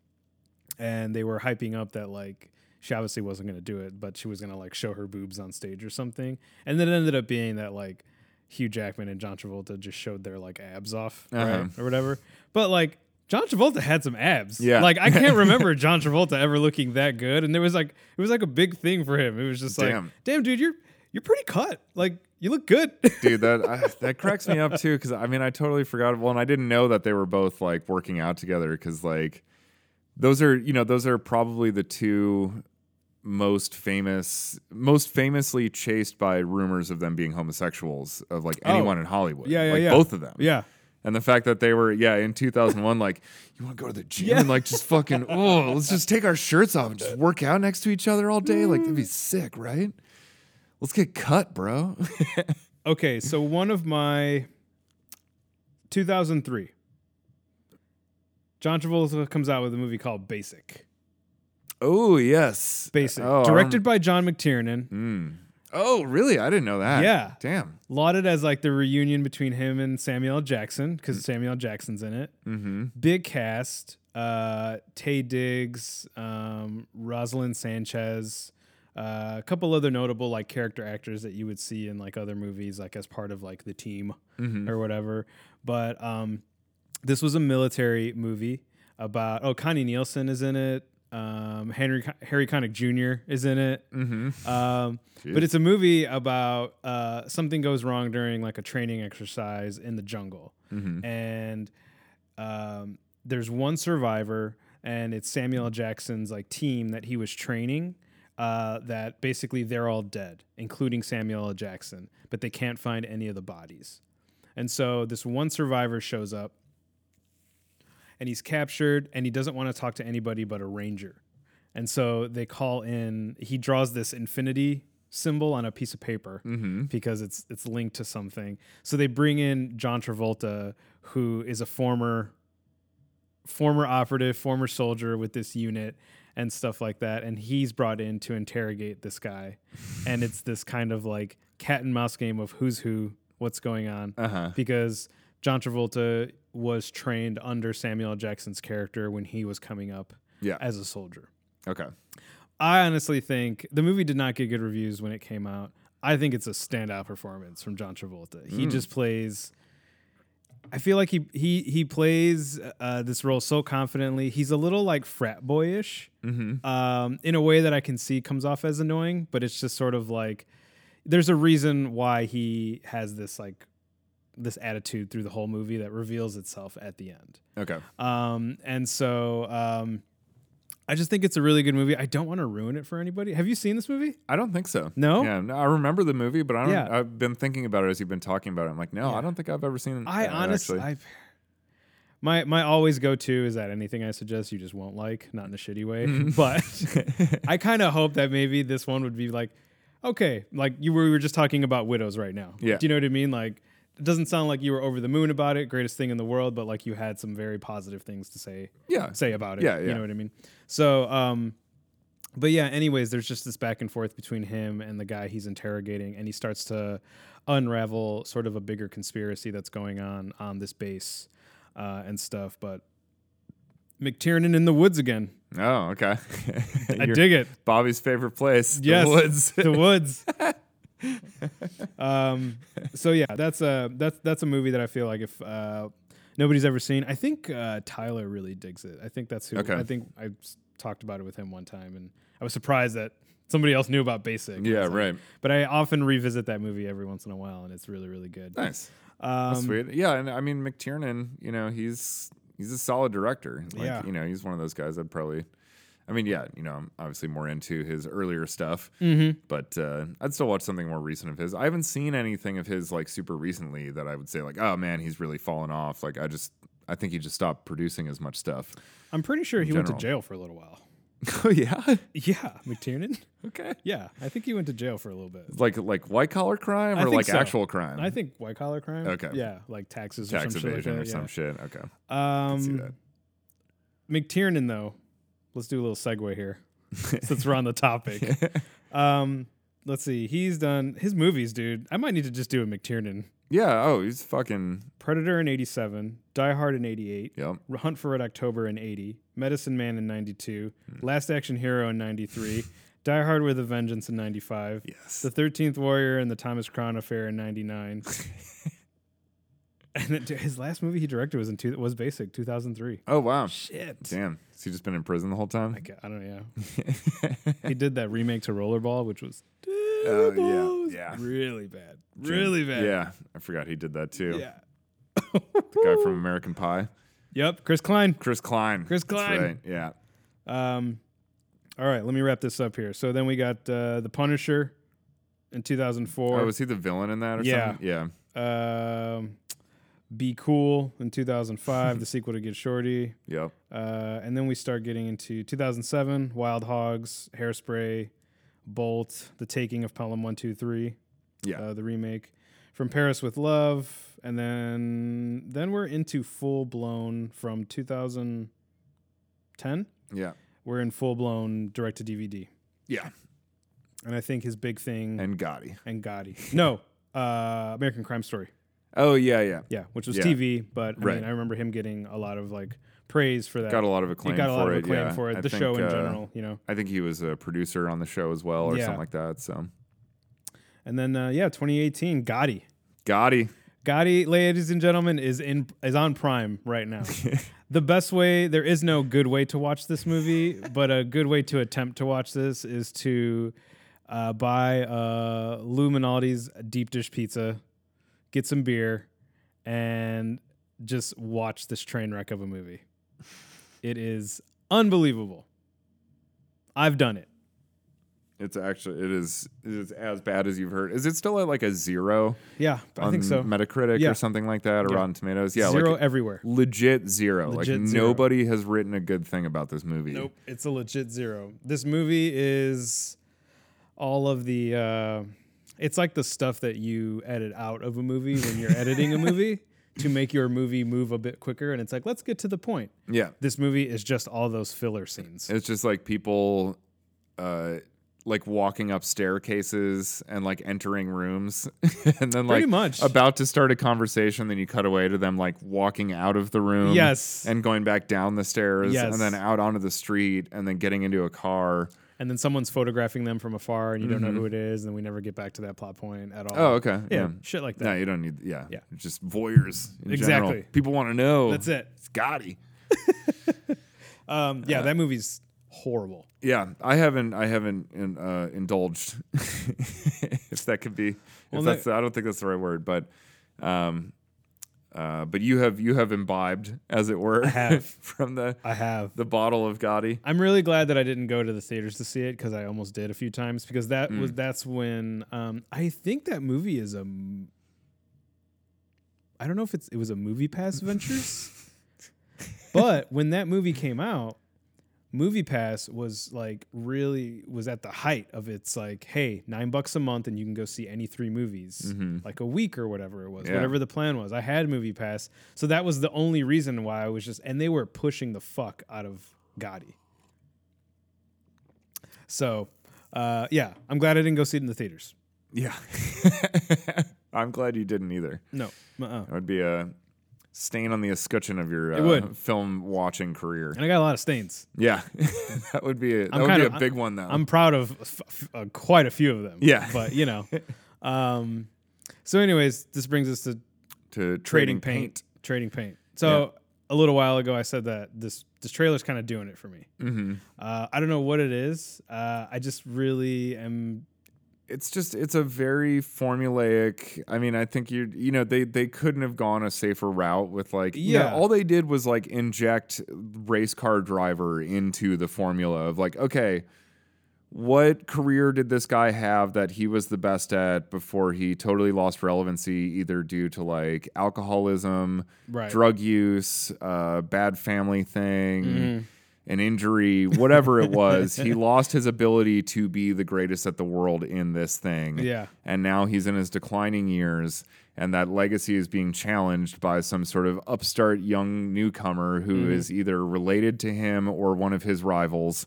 [SPEAKER 1] and they were hyping up that like she obviously wasn't going to do it, but she was going to like show her boobs on stage or something. And then it ended up being that like Hugh Jackman and John Travolta just showed their like abs off
[SPEAKER 2] Uh-huh.
[SPEAKER 1] right? or whatever. But like. John Travolta had some abs.
[SPEAKER 2] Yeah.
[SPEAKER 1] Like I
[SPEAKER 2] [LAUGHS]
[SPEAKER 1] can't remember John Travolta ever looking that good. And there was like it was like a big thing for him. It was just like,
[SPEAKER 2] Damn.
[SPEAKER 1] damn dude, you're you're pretty cut. Like you look good. [LAUGHS]
[SPEAKER 2] dude that I, that cracks me up too because i mean i totally forgot well and i didn't know that they were both like working out together because like those are you know those are probably the two most famous most famously chased by rumors of them being homosexuals of like anyone in hollywood
[SPEAKER 1] Oh. Yeah, yeah,
[SPEAKER 2] like
[SPEAKER 1] yeah.
[SPEAKER 2] both of them
[SPEAKER 1] yeah.
[SPEAKER 2] and the fact that they were yeah in 2001 like you want to go to the gym and like
[SPEAKER 1] [LAUGHS]
[SPEAKER 2] just fucking oh let's just take our shirts off and just work out next to each other all day like that'd
[SPEAKER 1] Mm.
[SPEAKER 2] be sick right let's get cut bro [LAUGHS]
[SPEAKER 1] Okay, so one of my 2003. John Travolta comes out with a movie called Basic.
[SPEAKER 2] Oh yes,
[SPEAKER 1] Basic,
[SPEAKER 2] Oh, I
[SPEAKER 1] directed by John McTiernan,
[SPEAKER 2] rem- mm. Oh really? I didn't know that.
[SPEAKER 1] Yeah.
[SPEAKER 2] Damn.
[SPEAKER 1] lauded as like the reunion between him and Samuel L. Jackson because Samuel L. Jackson's in it.
[SPEAKER 2] Mm-hmm.
[SPEAKER 1] Big cast: uh, Tay Diggs, um, Rosalind Sanchez, uh, a couple other notable like character actors that you would see in like other movies, like as part of like the team.
[SPEAKER 2] Mm-hmm.
[SPEAKER 1] or whatever. But um, this was a military movie about. Oh, Connie Nielsen is in it. Um, Henry Harry Connick Jr. is in it.
[SPEAKER 2] Mm-hmm.
[SPEAKER 1] Um, but
[SPEAKER 2] Jeez.
[SPEAKER 1] it's a movie about uh, something goes wrong during like a training exercise in the jungle,
[SPEAKER 2] Mm-hmm.
[SPEAKER 1] and um, there's one survivor, and it's Samuel L. Jackson's like team that he was training. Uh, that basically they're all dead, including Samuel L. Jackson, but they can't find any of the bodies. And so this one survivor shows up and he's captured and he doesn't want to talk to anybody but a ranger. And so they call in he draws this infinity symbol on a piece of paper
[SPEAKER 2] Mm. Mm-hmm.
[SPEAKER 1] because it's it's linked to something. So they bring in John Travolta who is a former former operative, former soldier with this unit and stuff like that. And he's brought in to interrogate this guy. and it's this kind of like cat and mouse game of who's who, what's going on.
[SPEAKER 2] Uh-huh.
[SPEAKER 1] Because John Travolta was trained under Samuel L. Jackson's character when he was coming up
[SPEAKER 2] Yeah.
[SPEAKER 1] as a soldier.
[SPEAKER 2] Okay.
[SPEAKER 1] I honestly think the movie did not get good reviews when it came out. I think it's a standout performance from John Travolta. He just plays. I feel like he he he plays uh, this role so confidently. He's a little like frat boyish,
[SPEAKER 2] Mm-hmm.
[SPEAKER 1] um, in a way that I can see comes off as annoying, but it's just sort of like there's a reason why he has this like this attitude through the whole movie that reveals itself at the end.
[SPEAKER 2] Okay.
[SPEAKER 1] Um, and so um, I just think it's a really good movie. I don't want to ruin it for anybody. Have you seen this movie?
[SPEAKER 2] I don't think so.
[SPEAKER 1] No?
[SPEAKER 2] Yeah, no, I remember the movie, but I don't.
[SPEAKER 1] Yeah.
[SPEAKER 2] I've been thinking about it as you've been talking about it. I'm like, no, I don't think I've ever seen.
[SPEAKER 1] I
[SPEAKER 2] that,
[SPEAKER 1] honestly,
[SPEAKER 2] Uh, actually.
[SPEAKER 1] I my my always go to is that anything I suggest you just won't like, not in a shitty way,
[SPEAKER 2] Mm-hmm.
[SPEAKER 1] [LAUGHS] but I kind of hope that maybe this one would be like, okay, like you were, we were just talking about widows right now.
[SPEAKER 2] Yeah.
[SPEAKER 1] do you know what I mean? Like. It doesn't sound like you were over the moon about it, greatest thing in the world, but like you had some very positive things to say
[SPEAKER 2] yeah.
[SPEAKER 1] say about it.
[SPEAKER 2] Yeah,
[SPEAKER 1] You
[SPEAKER 2] yeah.
[SPEAKER 1] know what I mean? So, um, but yeah, anyways, there's just this back and forth between him and the guy he's interrogating, and he starts to unravel sort of a bigger conspiracy that's going on on this base uh, and stuff. But McTiernan in the woods again.
[SPEAKER 2] Oh, okay. [LAUGHS]
[SPEAKER 1] I
[SPEAKER 2] Your-
[SPEAKER 1] dig it.
[SPEAKER 2] Bobby's favorite place.
[SPEAKER 1] Yes. [LAUGHS]
[SPEAKER 2] The woods.
[SPEAKER 1] the
[SPEAKER 2] [LAUGHS]
[SPEAKER 1] woods. um, so yeah, that's a that's that's a movie that I feel like if uh, nobody's ever seen, I think uh, Tyler really digs it. I think that's who.
[SPEAKER 2] Okay.
[SPEAKER 1] I think I s- talked about it with him one time, and I was surprised that somebody else knew about Basic.
[SPEAKER 2] yeah.
[SPEAKER 1] It's like-
[SPEAKER 2] Right.
[SPEAKER 1] But I often revisit that movie every once in a while, and it's really really good.
[SPEAKER 2] Nice.
[SPEAKER 1] Um,
[SPEAKER 2] Sweet. Yeah, and I mean McTiernan, you know, he's he's a solid director. Like,
[SPEAKER 1] Yeah.
[SPEAKER 2] you know, he's one of those guys I'd probably I mean, yeah, you know, I'm obviously more into his earlier stuff,
[SPEAKER 1] Mm-hmm.
[SPEAKER 2] but uh, I'd still watch something more recent of his. I haven't seen anything of his like super recently that I would say like, oh man, he's really fallen off. Like, I just, I think he just stopped producing as
[SPEAKER 1] [LAUGHS]
[SPEAKER 2] much stuff.
[SPEAKER 1] I'm pretty sure he went to
[SPEAKER 2] general.
[SPEAKER 1] jail for a little while.
[SPEAKER 2] oh yeah,
[SPEAKER 1] Yeah, [LAUGHS] McTiernan. [LAUGHS]
[SPEAKER 2] okay.
[SPEAKER 1] yeah, I think he went to jail for a little bit.
[SPEAKER 2] Like like white collar crime
[SPEAKER 1] I
[SPEAKER 2] or
[SPEAKER 1] think
[SPEAKER 2] like
[SPEAKER 1] so.
[SPEAKER 2] actual crime,
[SPEAKER 1] I think white collar crime.
[SPEAKER 2] Okay.
[SPEAKER 1] Yeah, like taxes or
[SPEAKER 2] tax
[SPEAKER 1] some
[SPEAKER 2] evasion or
[SPEAKER 1] shit like that,
[SPEAKER 2] some
[SPEAKER 1] yeah.
[SPEAKER 2] shit. Okay,
[SPEAKER 1] Um,
[SPEAKER 2] see that.
[SPEAKER 1] McTiernan, though, let's do a little segue here since we're on the topic. um, let's see. He's done his movies, dude. I might need to just do a McTiernan.
[SPEAKER 2] [LAUGHS] Yeah. Oh, he's fucking.
[SPEAKER 1] Predator in 87, Die Hard in 88,
[SPEAKER 2] Yep.
[SPEAKER 1] Hunt for Red October in 80, Medicine Man in 92, Last Action Hero in 93, Die Hard with a Vengeance in 95,
[SPEAKER 2] Yes.
[SPEAKER 1] The 13th Warrior and the Thomas Crown Affair in 99. and then, dude, his last movie he directed was in two, was Basic 2003.
[SPEAKER 2] Oh wow.
[SPEAKER 1] Shit.
[SPEAKER 2] Damn, has he just been in prison the whole time?
[SPEAKER 1] I, gu- I don't know.
[SPEAKER 2] [LAUGHS]
[SPEAKER 1] he did that remake to Rollerball, which was
[SPEAKER 2] Oh, yeah,
[SPEAKER 1] terrible. It was
[SPEAKER 2] yeah.
[SPEAKER 1] really bad, really bad.
[SPEAKER 2] Yeah, I forgot he did that too.
[SPEAKER 1] yeah. [LAUGHS]
[SPEAKER 2] The guy from American Pie,
[SPEAKER 1] Yep, Chris Klein.
[SPEAKER 2] Chris Klein.
[SPEAKER 1] Chris
[SPEAKER 2] That's
[SPEAKER 1] Klein.
[SPEAKER 2] right, Yeah.
[SPEAKER 1] Um, all right, let me wrap this up here. So then we got uh, the Punisher in 2004.
[SPEAKER 2] Oh, was he the villain in that or
[SPEAKER 1] Yeah.
[SPEAKER 2] something? Yeah.
[SPEAKER 1] um, Be Cool in 2005, the sequel to Get Shorty.
[SPEAKER 2] Yep.
[SPEAKER 1] Uh, and then we start getting into 2007, Wild Hogs, Hairspray, Bolt, The Taking of Pelham 123,
[SPEAKER 2] Yeah.
[SPEAKER 1] uh, the remake, From Paris with Love, and then then we're into full blown from 2010.
[SPEAKER 2] Yeah.
[SPEAKER 1] We're in full blown direct to DVD,
[SPEAKER 2] Yeah.
[SPEAKER 1] and I think his big thing and,
[SPEAKER 2] And Gotti.
[SPEAKER 1] Gotti. no, uh, American Crime Story.
[SPEAKER 2] Oh yeah, yeah.
[SPEAKER 1] Yeah, which was
[SPEAKER 2] Yeah.
[SPEAKER 1] TV, but I
[SPEAKER 2] Right.
[SPEAKER 1] mean, I remember him getting a lot of like praise for that.
[SPEAKER 2] Got a lot of acclaim
[SPEAKER 1] he got a lot
[SPEAKER 2] for
[SPEAKER 1] of
[SPEAKER 2] it.
[SPEAKER 1] acclaim
[SPEAKER 2] yeah.
[SPEAKER 1] for it.
[SPEAKER 2] I
[SPEAKER 1] the
[SPEAKER 2] think,
[SPEAKER 1] show in
[SPEAKER 2] uh,
[SPEAKER 1] general, you know.
[SPEAKER 2] I think he was a producer on the show as well, or
[SPEAKER 1] Yeah.
[SPEAKER 2] something like that. So
[SPEAKER 1] And then uh, yeah, 2018, Gotti.
[SPEAKER 2] Gotti.
[SPEAKER 1] Gotti, ladies and gentlemen, is in is on Prime right
[SPEAKER 2] [LAUGHS]
[SPEAKER 1] now. the best way there is no good way to watch this movie, but a good way to attempt to watch this is to uh, buy uh, Luminaldi's deep dish pizza, get some beer, and just watch this train wreck of a movie. It is unbelievable. I've done it.
[SPEAKER 2] It's actually it is it is as bad as you've heard. Is it still at like a zero
[SPEAKER 1] Yeah, I
[SPEAKER 2] on
[SPEAKER 1] think so.
[SPEAKER 2] Metacritic
[SPEAKER 1] Yeah.
[SPEAKER 2] or something like that, or
[SPEAKER 1] Yeah.
[SPEAKER 2] Rotten Tomatoes? Yeah,
[SPEAKER 1] Zero
[SPEAKER 2] like
[SPEAKER 1] everywhere.
[SPEAKER 2] legit zero.
[SPEAKER 1] Legit
[SPEAKER 2] like
[SPEAKER 1] zero.
[SPEAKER 2] nobody has written a good thing about this movie.
[SPEAKER 1] Nope,
[SPEAKER 2] [LAUGHS]
[SPEAKER 1] it's a legit zero. This movie is all of the.
[SPEAKER 2] [LAUGHS]
[SPEAKER 1] Uh, it's like the stuff that you edit out of a movie when you're editing a movie. to make your movie move a bit quicker. And it's like, let's get to the point.
[SPEAKER 2] Yeah.
[SPEAKER 1] This movie is just all those filler scenes.
[SPEAKER 2] It's just like people uh like walking up staircases and like entering rooms [LAUGHS] and then like
[SPEAKER 1] Pretty much.
[SPEAKER 2] about to start a conversation then you cut away to them like walking out of the room
[SPEAKER 1] Yes.
[SPEAKER 2] and going back down the stairs
[SPEAKER 1] Yes.
[SPEAKER 2] and then out onto the street and then getting into a car
[SPEAKER 1] And then someone's photographing them from afar and you don't know who it is. And we never get back to that plot point at all.
[SPEAKER 2] Mm-hmm. oh okay
[SPEAKER 1] Yeah.
[SPEAKER 2] yeah,
[SPEAKER 1] Shit like that.
[SPEAKER 2] no you don't need yeah
[SPEAKER 1] Yeah.
[SPEAKER 2] just voyeurs in general.
[SPEAKER 1] Exactly.
[SPEAKER 2] people want to know
[SPEAKER 1] That's it.
[SPEAKER 2] Scotty
[SPEAKER 1] Um, yeah, that movie's horrible.
[SPEAKER 2] yeah I haven't I haven't in, uh, indulged [LAUGHS] if that could be if
[SPEAKER 1] Well,
[SPEAKER 2] that's I don't think that's the right word but um uh but you have you have imbibed as it were
[SPEAKER 1] have.
[SPEAKER 2] [LAUGHS] from the
[SPEAKER 1] I have.
[SPEAKER 2] the bottle of Gotti
[SPEAKER 1] I'm really glad that I didn't go to the theaters to see it because I almost did a few times because that was that's when um, I think that movie is a m- I don't know if it's it was a movie pass ventures but when that movie came out movie pass was like really was at the height of its like hey nine bucks a month and you can go see any three movies like a week or whatever it was
[SPEAKER 2] Yeah.
[SPEAKER 1] whatever the plan was i had movie pass so that was the only reason why i was just and they were pushing the fuck out of gotti so uh, yeah i'm glad i didn't go see it in the theaters
[SPEAKER 2] yeah [LAUGHS] I'm glad you didn't either
[SPEAKER 1] no uh-uh.
[SPEAKER 2] that would be a stain on the escutcheon of your uh,
[SPEAKER 1] would.
[SPEAKER 2] film watching career
[SPEAKER 1] and i got a lot of stains
[SPEAKER 2] yeah [LAUGHS] that would be a, that
[SPEAKER 1] I'm
[SPEAKER 2] would
[SPEAKER 1] kinda-
[SPEAKER 2] be a big one though
[SPEAKER 1] I'm proud of f- f- uh, quite a few of them.
[SPEAKER 2] Yeah.
[SPEAKER 1] but you
[SPEAKER 2] [LAUGHS]
[SPEAKER 1] know. Um, so, anyways, this brings us to trading,
[SPEAKER 2] to trading, paint.
[SPEAKER 1] Trading paint. So a little while ago, I said that this this trailer's kind of doing it for me.
[SPEAKER 2] Mm-hmm.
[SPEAKER 1] Uh, I don't know what it is. Uh, I just really am.
[SPEAKER 2] it's just it's a very formulaic i mean i think you you know they they couldn't have gone a safer route with like yeah
[SPEAKER 1] Yeah.
[SPEAKER 2] all they did was like inject race car driver into the formula of like okay what career did this guy have that he was the best at before he totally lost relevancy either due to like alcoholism
[SPEAKER 1] Right.
[SPEAKER 2] drug use uh, bad family thing
[SPEAKER 1] Mm-hmm.
[SPEAKER 2] an injury whatever it was
[SPEAKER 1] [LAUGHS]
[SPEAKER 2] he lost his ability to be the greatest at the world in this thing
[SPEAKER 1] Yeah.
[SPEAKER 2] and now he's in his declining years and that legacy is being challenged by some sort of upstart young newcomer who is
[SPEAKER 1] Mm-hmm.
[SPEAKER 2] either related to him or one of his rivals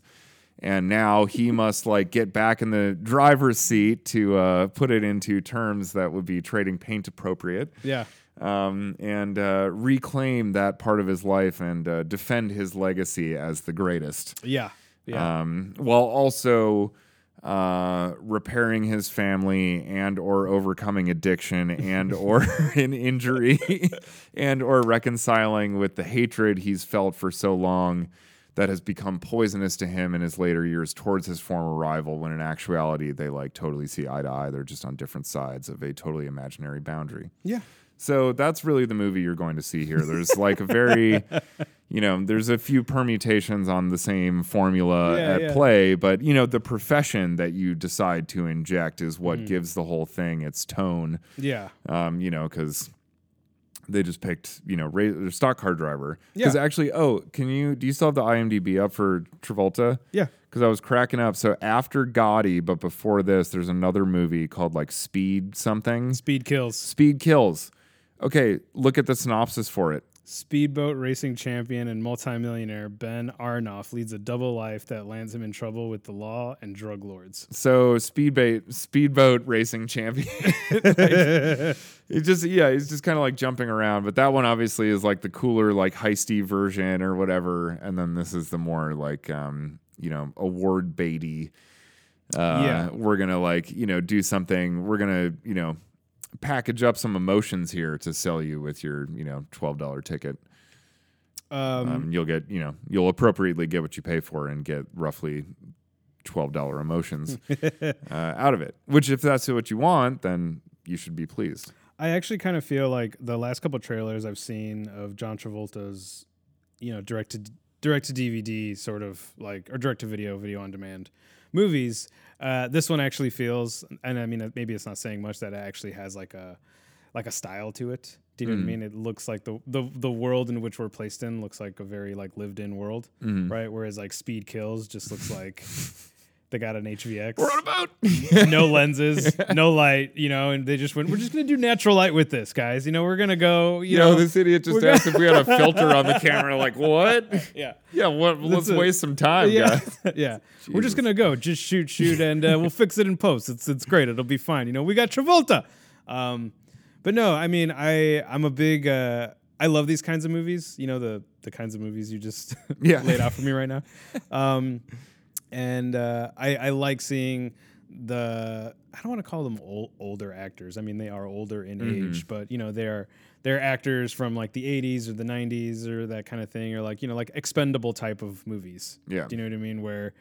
[SPEAKER 2] and now
[SPEAKER 1] [LAUGHS]
[SPEAKER 2] he must like get back in the driver's seat to uh, put it into terms that would be trading paint appropriate
[SPEAKER 1] Yeah.
[SPEAKER 2] um, and uh, reclaim that part of his life and uh, defend his legacy as the greatest
[SPEAKER 1] Yeah. Yeah.
[SPEAKER 2] um, while also uh, repairing his family and or overcoming addiction and or an injury and or reconciling with the hatred he's felt for so long that has become poisonous to him in his later years towards his former rival when in actuality they like totally see eye to eye they're just on different sides of a totally imaginary boundary
[SPEAKER 1] yeah.
[SPEAKER 2] so that's really the movie you're going to see here. There's like a
[SPEAKER 1] [LAUGHS]
[SPEAKER 2] very, you know, there's a few permutations on the same formula
[SPEAKER 1] Yeah,
[SPEAKER 2] at
[SPEAKER 1] yeah.
[SPEAKER 2] play, but you know, the profession that you decide to inject is what
[SPEAKER 1] Hmm.
[SPEAKER 2] gives the whole thing its tone.
[SPEAKER 1] Yeah.
[SPEAKER 2] Um, you know, because they just picked, you know, ra- their stock car driver. Because
[SPEAKER 1] Yeah.
[SPEAKER 2] actually, oh, can you? Do you still have the IMDb up for Travolta?
[SPEAKER 1] Yeah.
[SPEAKER 2] Because I was cracking up. So after Gotti, but before this, there's another movie called like Speed something.
[SPEAKER 1] Speed kills.
[SPEAKER 2] Speed kills. Okay, look at the synopsis for it.
[SPEAKER 1] Speedboat racing champion and multimillionaire Ben Arnoff leads a double life that lands him in trouble with the law and drug lords.
[SPEAKER 2] So speedboat speedboat racing champion. [LAUGHS] It's just yeah, he's just kind of like jumping around, but that one obviously is like the cooler like heisty version or whatever, and then this is the more like um, you know, award baity. Uh,
[SPEAKER 1] Yeah.
[SPEAKER 2] we're going to like, you know, do something. We're going to, you know, package up some emotions here to sell you with your, you know, $12 ticket.
[SPEAKER 1] Um,
[SPEAKER 2] um, you'll get you know you'll appropriately get what you pay for and get roughly twelve dollar [LAUGHS] emotions uh, out of it. Which, if that's what you want, then you should be pleased.
[SPEAKER 1] I actually kind of feel like the last couple trailers I've seen of John Travolta's, you know, directed direct to DVD sort of like or direct to video, video on demand movies. Uh, this one actually feels, and I mean, uh, maybe it's not saying much that it actually has like a like a style to it. Do you
[SPEAKER 2] Mm.
[SPEAKER 1] know what I mean? It looks like the, the the world in which we're placed
[SPEAKER 2] Mm. [LAUGHS]
[SPEAKER 1] in looks like a very like lived in world, right? Whereas like Speed Kills just looks like They got an HVX.
[SPEAKER 2] We're on a boat. [LAUGHS]
[SPEAKER 1] no lenses, no light, you know, and they just went, we're just going to do natural light with this, guys. You know, we're going to go, you
[SPEAKER 2] You
[SPEAKER 1] know,
[SPEAKER 2] know, this idiot just
[SPEAKER 1] we're
[SPEAKER 2] asked if we had a filter [LAUGHS] on the camera. Like, what? [LAUGHS]
[SPEAKER 1] yeah.
[SPEAKER 2] Yeah, what, let's
[SPEAKER 1] a-
[SPEAKER 2] waste some time,
[SPEAKER 1] Yeah. [LAUGHS]
[SPEAKER 2] guys.
[SPEAKER 1] yeah. We're
[SPEAKER 2] Jesus.
[SPEAKER 1] just going to go, just shoot, shoot, and uh, we'll fix it in post. It's, it's great. It'll be fine. You know, we got Travolta. Um, but no, I mean, I, I'm a big, uh, I love these kinds of movies, you know, the, the kinds of movies you just [LAUGHS]
[SPEAKER 2] Yeah.
[SPEAKER 1] laid out for me right now. Um, and uh, I, I like seeing the I don't want to call them old, older actors. I mean, they are older in age, but you know they are they're actors from like the 80s or the 90s or that kind of thing, or like you know like expendable type of movies.
[SPEAKER 2] Yeah.
[SPEAKER 1] do you know what I mean? Where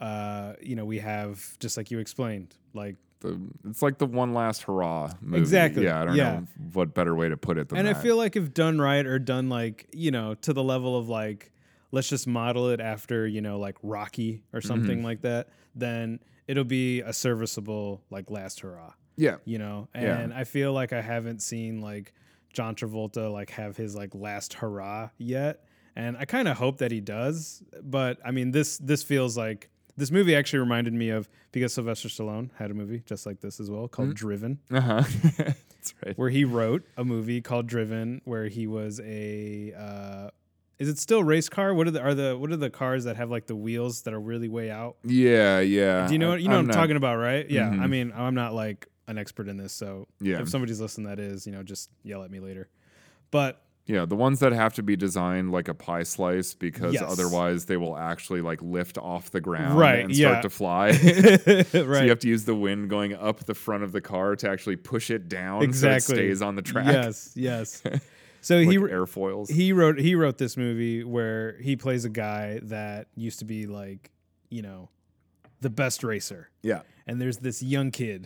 [SPEAKER 1] uh, you know we have just like you explained, like
[SPEAKER 2] The, it's like the one last hurrah movie.
[SPEAKER 1] Exactly,
[SPEAKER 2] Yeah, I don't
[SPEAKER 1] yeah.
[SPEAKER 2] know what better way to put it than
[SPEAKER 1] and
[SPEAKER 2] that.
[SPEAKER 1] I feel like if done right or done like you know to the level of like let's just model it after you know like Rocky or something like that, then it'll be a serviceable like last hurrah,
[SPEAKER 2] [LAUGHS] yeah.
[SPEAKER 1] you know.
[SPEAKER 2] Yeah.
[SPEAKER 1] And I feel like I haven't seen like John Travolta like have his like last hurrah yet, and I kind of hope that he does. But I mean this this feels like. This movie actually reminded me of because Sylvester Stallone had a movie just like this as well called Driven
[SPEAKER 2] Uh huh. That's right.
[SPEAKER 1] where he wrote a movie called Driven, where he was a. Uh, is it still race car? What are the are the what are the cars that have like the wheels that are really way out?
[SPEAKER 2] Yeah, yeah.
[SPEAKER 1] Do you know what you know
[SPEAKER 2] I'm
[SPEAKER 1] what I'm
[SPEAKER 2] not-
[SPEAKER 1] talking about, right? Yeah. I
[SPEAKER 2] Mhm.
[SPEAKER 1] mean, I'm not like an expert in this, so
[SPEAKER 2] Yeah.
[SPEAKER 1] if somebody's listening, that is, you know, just yell at me later.
[SPEAKER 2] [LAUGHS]
[SPEAKER 1] But
[SPEAKER 2] Yeah, the ones that have to be designed like a pie slice because
[SPEAKER 1] Yes.
[SPEAKER 2] otherwise they will actually like lift off the ground
[SPEAKER 1] Right,
[SPEAKER 2] and start
[SPEAKER 1] yeah.
[SPEAKER 2] to
[SPEAKER 1] [LAUGHS]
[SPEAKER 2] fly.
[SPEAKER 1] right,
[SPEAKER 2] So you have to use the wind going up the front of the car to actually push it down so
[SPEAKER 1] Exactly.
[SPEAKER 2] it stays on the track.
[SPEAKER 1] yes, yes. So he
[SPEAKER 2] [LAUGHS] Like
[SPEAKER 1] re-
[SPEAKER 2] airfoils.
[SPEAKER 1] he wrote he wrote this movie where he plays a guy that used to be like you know the best racer
[SPEAKER 2] yeah.
[SPEAKER 1] and there's this young kid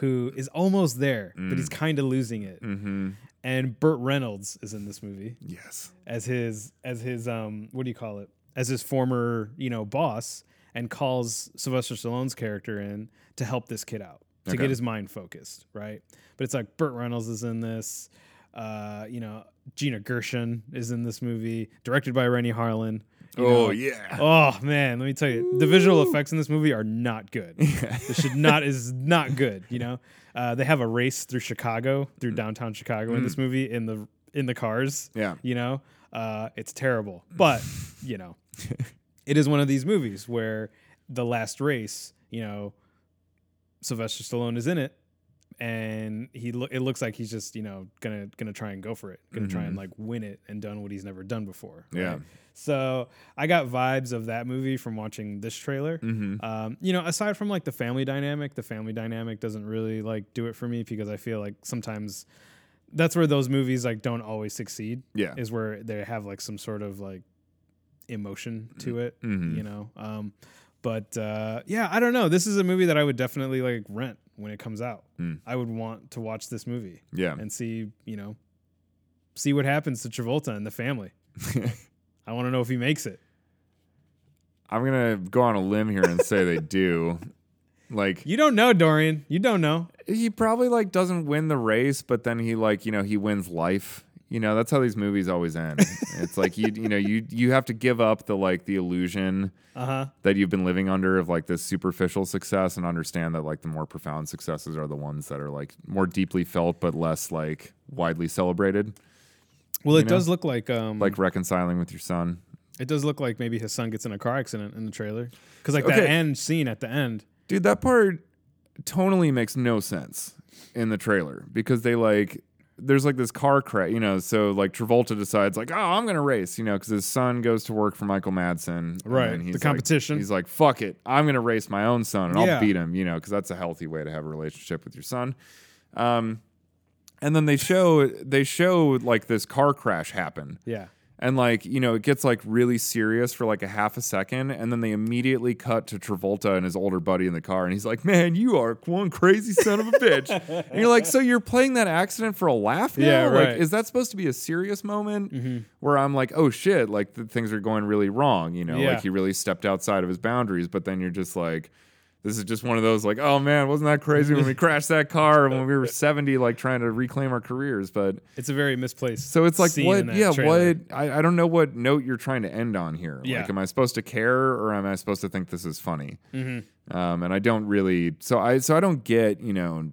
[SPEAKER 1] who is almost there, but
[SPEAKER 2] Mm.
[SPEAKER 1] he's kind of losing it.
[SPEAKER 2] Mm-hmm.
[SPEAKER 1] And Burt Reynolds is in this movie
[SPEAKER 2] Yes.
[SPEAKER 1] as his as his um what do you call it? As his former, you know, boss and calls Sylvester Stallone's character in to help this kid out, to
[SPEAKER 2] Okay.
[SPEAKER 1] get his mind focused, right? But it's like Burt Reynolds is in this uh, you know, Gina Gershon is in this movie, directed by Rennie Harlan. you
[SPEAKER 2] oh
[SPEAKER 1] know.
[SPEAKER 2] yeah.
[SPEAKER 1] Oh man, let me tell you, the visual effects in this movie are not
[SPEAKER 2] [LAUGHS]
[SPEAKER 1] good. this should not is not good. You know, uh, they have a race through Chicago, through
[SPEAKER 2] Mm.
[SPEAKER 1] downtown Chicago in this movie in the in the cars.
[SPEAKER 2] Yeah.
[SPEAKER 1] You know, uh, it's terrible, but you know, it is one of these movies where the last race, you know, Sylvester Stallone is in it, and he lo- it looks like he's just you know gonna gonna try and go for it, gonna try and like win it and done what he's never done before. right?
[SPEAKER 2] Yeah.
[SPEAKER 1] So I got vibes of that movie from watching this trailer.
[SPEAKER 2] Mm-hmm.
[SPEAKER 1] Um, you know, aside from like the family dynamic, the family dynamic doesn't really like do it for me because I feel like sometimes that's where those movies like don't always succeed
[SPEAKER 2] Yeah.
[SPEAKER 1] is where they have like some sort of like emotion to it,
[SPEAKER 2] Mhm.
[SPEAKER 1] you know. Um, but uh, yeah, I don't know. This is a movie that I would definitely like rent when it comes out.
[SPEAKER 2] Mm.
[SPEAKER 1] I would want to watch this movie
[SPEAKER 2] Yeah.
[SPEAKER 1] and see, you know, see what happens to Travolta and the
[SPEAKER 2] [LAUGHS]
[SPEAKER 1] family. I want to know if he makes it.
[SPEAKER 2] I'm gonna go on a limb here and say
[SPEAKER 1] [LAUGHS]
[SPEAKER 2] they do. Like
[SPEAKER 1] You don't know, Dorian. You don't know.
[SPEAKER 2] he probably like doesn't win the race, but then he like you know he wins life. You know that's how these movies always end. it's like you you know you you have to give up the like the illusion
[SPEAKER 1] Uh huh.
[SPEAKER 2] that you've been living under of like this superficial success and understand that like the more profound successes are the ones that are like more deeply felt but less like widely celebrated.
[SPEAKER 1] Well, it
[SPEAKER 2] know?
[SPEAKER 1] does look like um
[SPEAKER 2] Like reconciling with your son.
[SPEAKER 1] it does look like maybe his son gets in a car accident in the trailer because like that
[SPEAKER 2] Okay.
[SPEAKER 1] end scene at the end.
[SPEAKER 2] Dude, that part tonally makes no sense in the trailer because they like there's like this car crash, you know. So like Travolta decides like, oh, I'm gonna race, you know, because his son goes to work for Michael Madsen, and
[SPEAKER 1] Right,
[SPEAKER 2] then
[SPEAKER 1] the
[SPEAKER 2] he's like-
[SPEAKER 1] competition.
[SPEAKER 2] he's like, fuck it, I'm gonna race my own son and
[SPEAKER 1] Yeah.
[SPEAKER 2] I'll beat him, you know, because that's a healthy way to have a relationship with your son. Um, and then they show they show like this car crash happen.
[SPEAKER 1] Yeah.
[SPEAKER 2] And like, you know, it gets like really serious for like a half a second. And then they immediately cut to Travolta and his older buddy in the car. And he's like, man, you are one crazy son of
[SPEAKER 1] [LAUGHS]
[SPEAKER 2] a bitch. and you're like, so you're playing that accident for a laugh now?
[SPEAKER 1] Yeah,
[SPEAKER 2] Like,
[SPEAKER 1] right. Mm-hmm.
[SPEAKER 2] is that supposed to be a serious moment where I'm like, oh shit, like the things are going really wrong? You know,
[SPEAKER 1] Yeah.
[SPEAKER 2] like he really stepped outside of his boundaries. But then you're just like, This is just one of those like, oh man, wasn't that crazy
[SPEAKER 1] [LAUGHS]
[SPEAKER 2] when we crashed that car when we were 70, like trying to reclaim our careers? But
[SPEAKER 1] It's a very misplaced.
[SPEAKER 2] so it's like,
[SPEAKER 1] scene in
[SPEAKER 2] what?
[SPEAKER 1] that
[SPEAKER 2] Yeah,
[SPEAKER 1] trailer.
[SPEAKER 2] what? I, I don't know what note you're trying to end on here.
[SPEAKER 1] Yeah.
[SPEAKER 2] Like, am I supposed to care or am I supposed to think this is funny?
[SPEAKER 1] Mm-hmm.
[SPEAKER 2] Um, and I don't really. So I so I don't get you know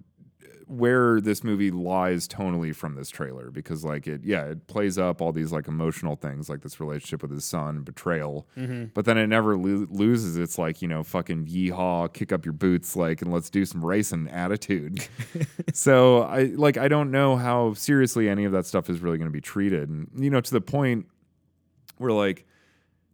[SPEAKER 2] where this movie lies tonally from this trailer because like it yeah it plays up all these like emotional things like this relationship with his son betrayal
[SPEAKER 1] Mm-hmm.
[SPEAKER 2] but then it never lo- loses its like you know fucking yeehaw kick up your boots like and let's do some racing attitude [LAUGHS] so i like i don't know how seriously any of that stuff is really going to be treated and you know to the point where like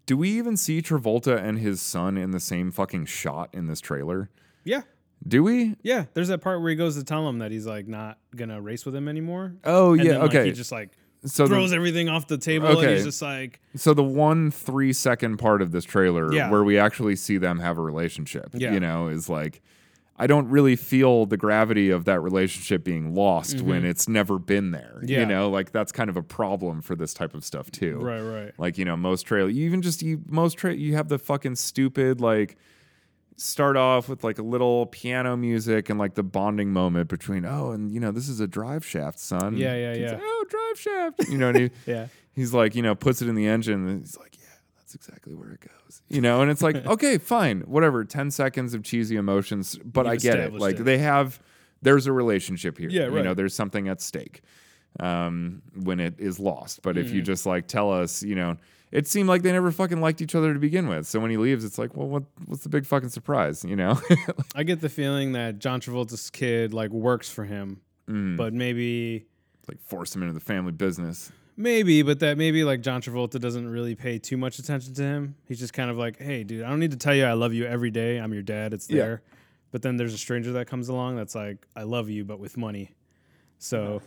[SPEAKER 2] do we even see travolta and his son in the same fucking shot in this trailer
[SPEAKER 1] Yeah.
[SPEAKER 2] do we
[SPEAKER 1] Yeah. There's that part where he goes to tell him that he's like not gonna race with him anymore.
[SPEAKER 2] oh
[SPEAKER 1] And
[SPEAKER 2] yeah
[SPEAKER 1] then, like,
[SPEAKER 2] okay
[SPEAKER 1] he just like
[SPEAKER 2] so the-
[SPEAKER 1] throws everything off the table and
[SPEAKER 2] Okay.
[SPEAKER 1] he's just like,
[SPEAKER 2] So the one three second part of this trailer
[SPEAKER 1] Yeah.
[SPEAKER 2] where we actually see them have a relationship,
[SPEAKER 1] Yeah.
[SPEAKER 2] you know, is like I don't really feel the gravity of that relationship being lost when it's never been there.
[SPEAKER 1] Mm-hmm. Yeah.
[SPEAKER 2] You know, like that's kind of a problem for this type of stuff too.
[SPEAKER 1] right, right.
[SPEAKER 2] Like you know, most trailer, you even just you most tra- you have the fucking stupid like start off with like a little piano music and like the bonding moment between oh and you know this is a drive shaft son
[SPEAKER 1] Yeah, yeah,
[SPEAKER 2] Kid's
[SPEAKER 1] yeah.
[SPEAKER 2] like, oh drive shaft you know
[SPEAKER 1] [LAUGHS]
[SPEAKER 2] and he,
[SPEAKER 1] Yeah.
[SPEAKER 2] he's like, you know, puts it in the engine and he's like, yeah, that's exactly where it goes. You know, and it's
[SPEAKER 1] [LAUGHS]
[SPEAKER 2] like, okay, fine, whatever. 10 seconds of cheesy emotions, but
[SPEAKER 1] You've
[SPEAKER 2] I get it.
[SPEAKER 1] established
[SPEAKER 2] Like
[SPEAKER 1] it.
[SPEAKER 2] they have there's a relationship here.
[SPEAKER 1] Yeah,
[SPEAKER 2] You know,
[SPEAKER 1] right.
[SPEAKER 2] there's something at stake um, when it is lost. But
[SPEAKER 1] Mm-hmm.
[SPEAKER 2] if you just like tell us, you know, it seemed like they never fucking liked each other to begin with. So when he leaves, it's like, well, what what's the big fucking surprise? You know? [LAUGHS]
[SPEAKER 1] I get the feeling that John Travolta's kid like works for him,
[SPEAKER 2] Mm.
[SPEAKER 1] but maybe,
[SPEAKER 2] like force him into the family business.
[SPEAKER 1] maybe, but that maybe like John Travolta doesn't really pay too much attention to him. He's just kind of like, hey, dude, I don't need to tell you I love you every day. I'm your dad. It's
[SPEAKER 2] Yeah.
[SPEAKER 1] there. But then there's a stranger that comes along that's like, I love you, but with money.
[SPEAKER 2] [LAUGHS]
[SPEAKER 1] So,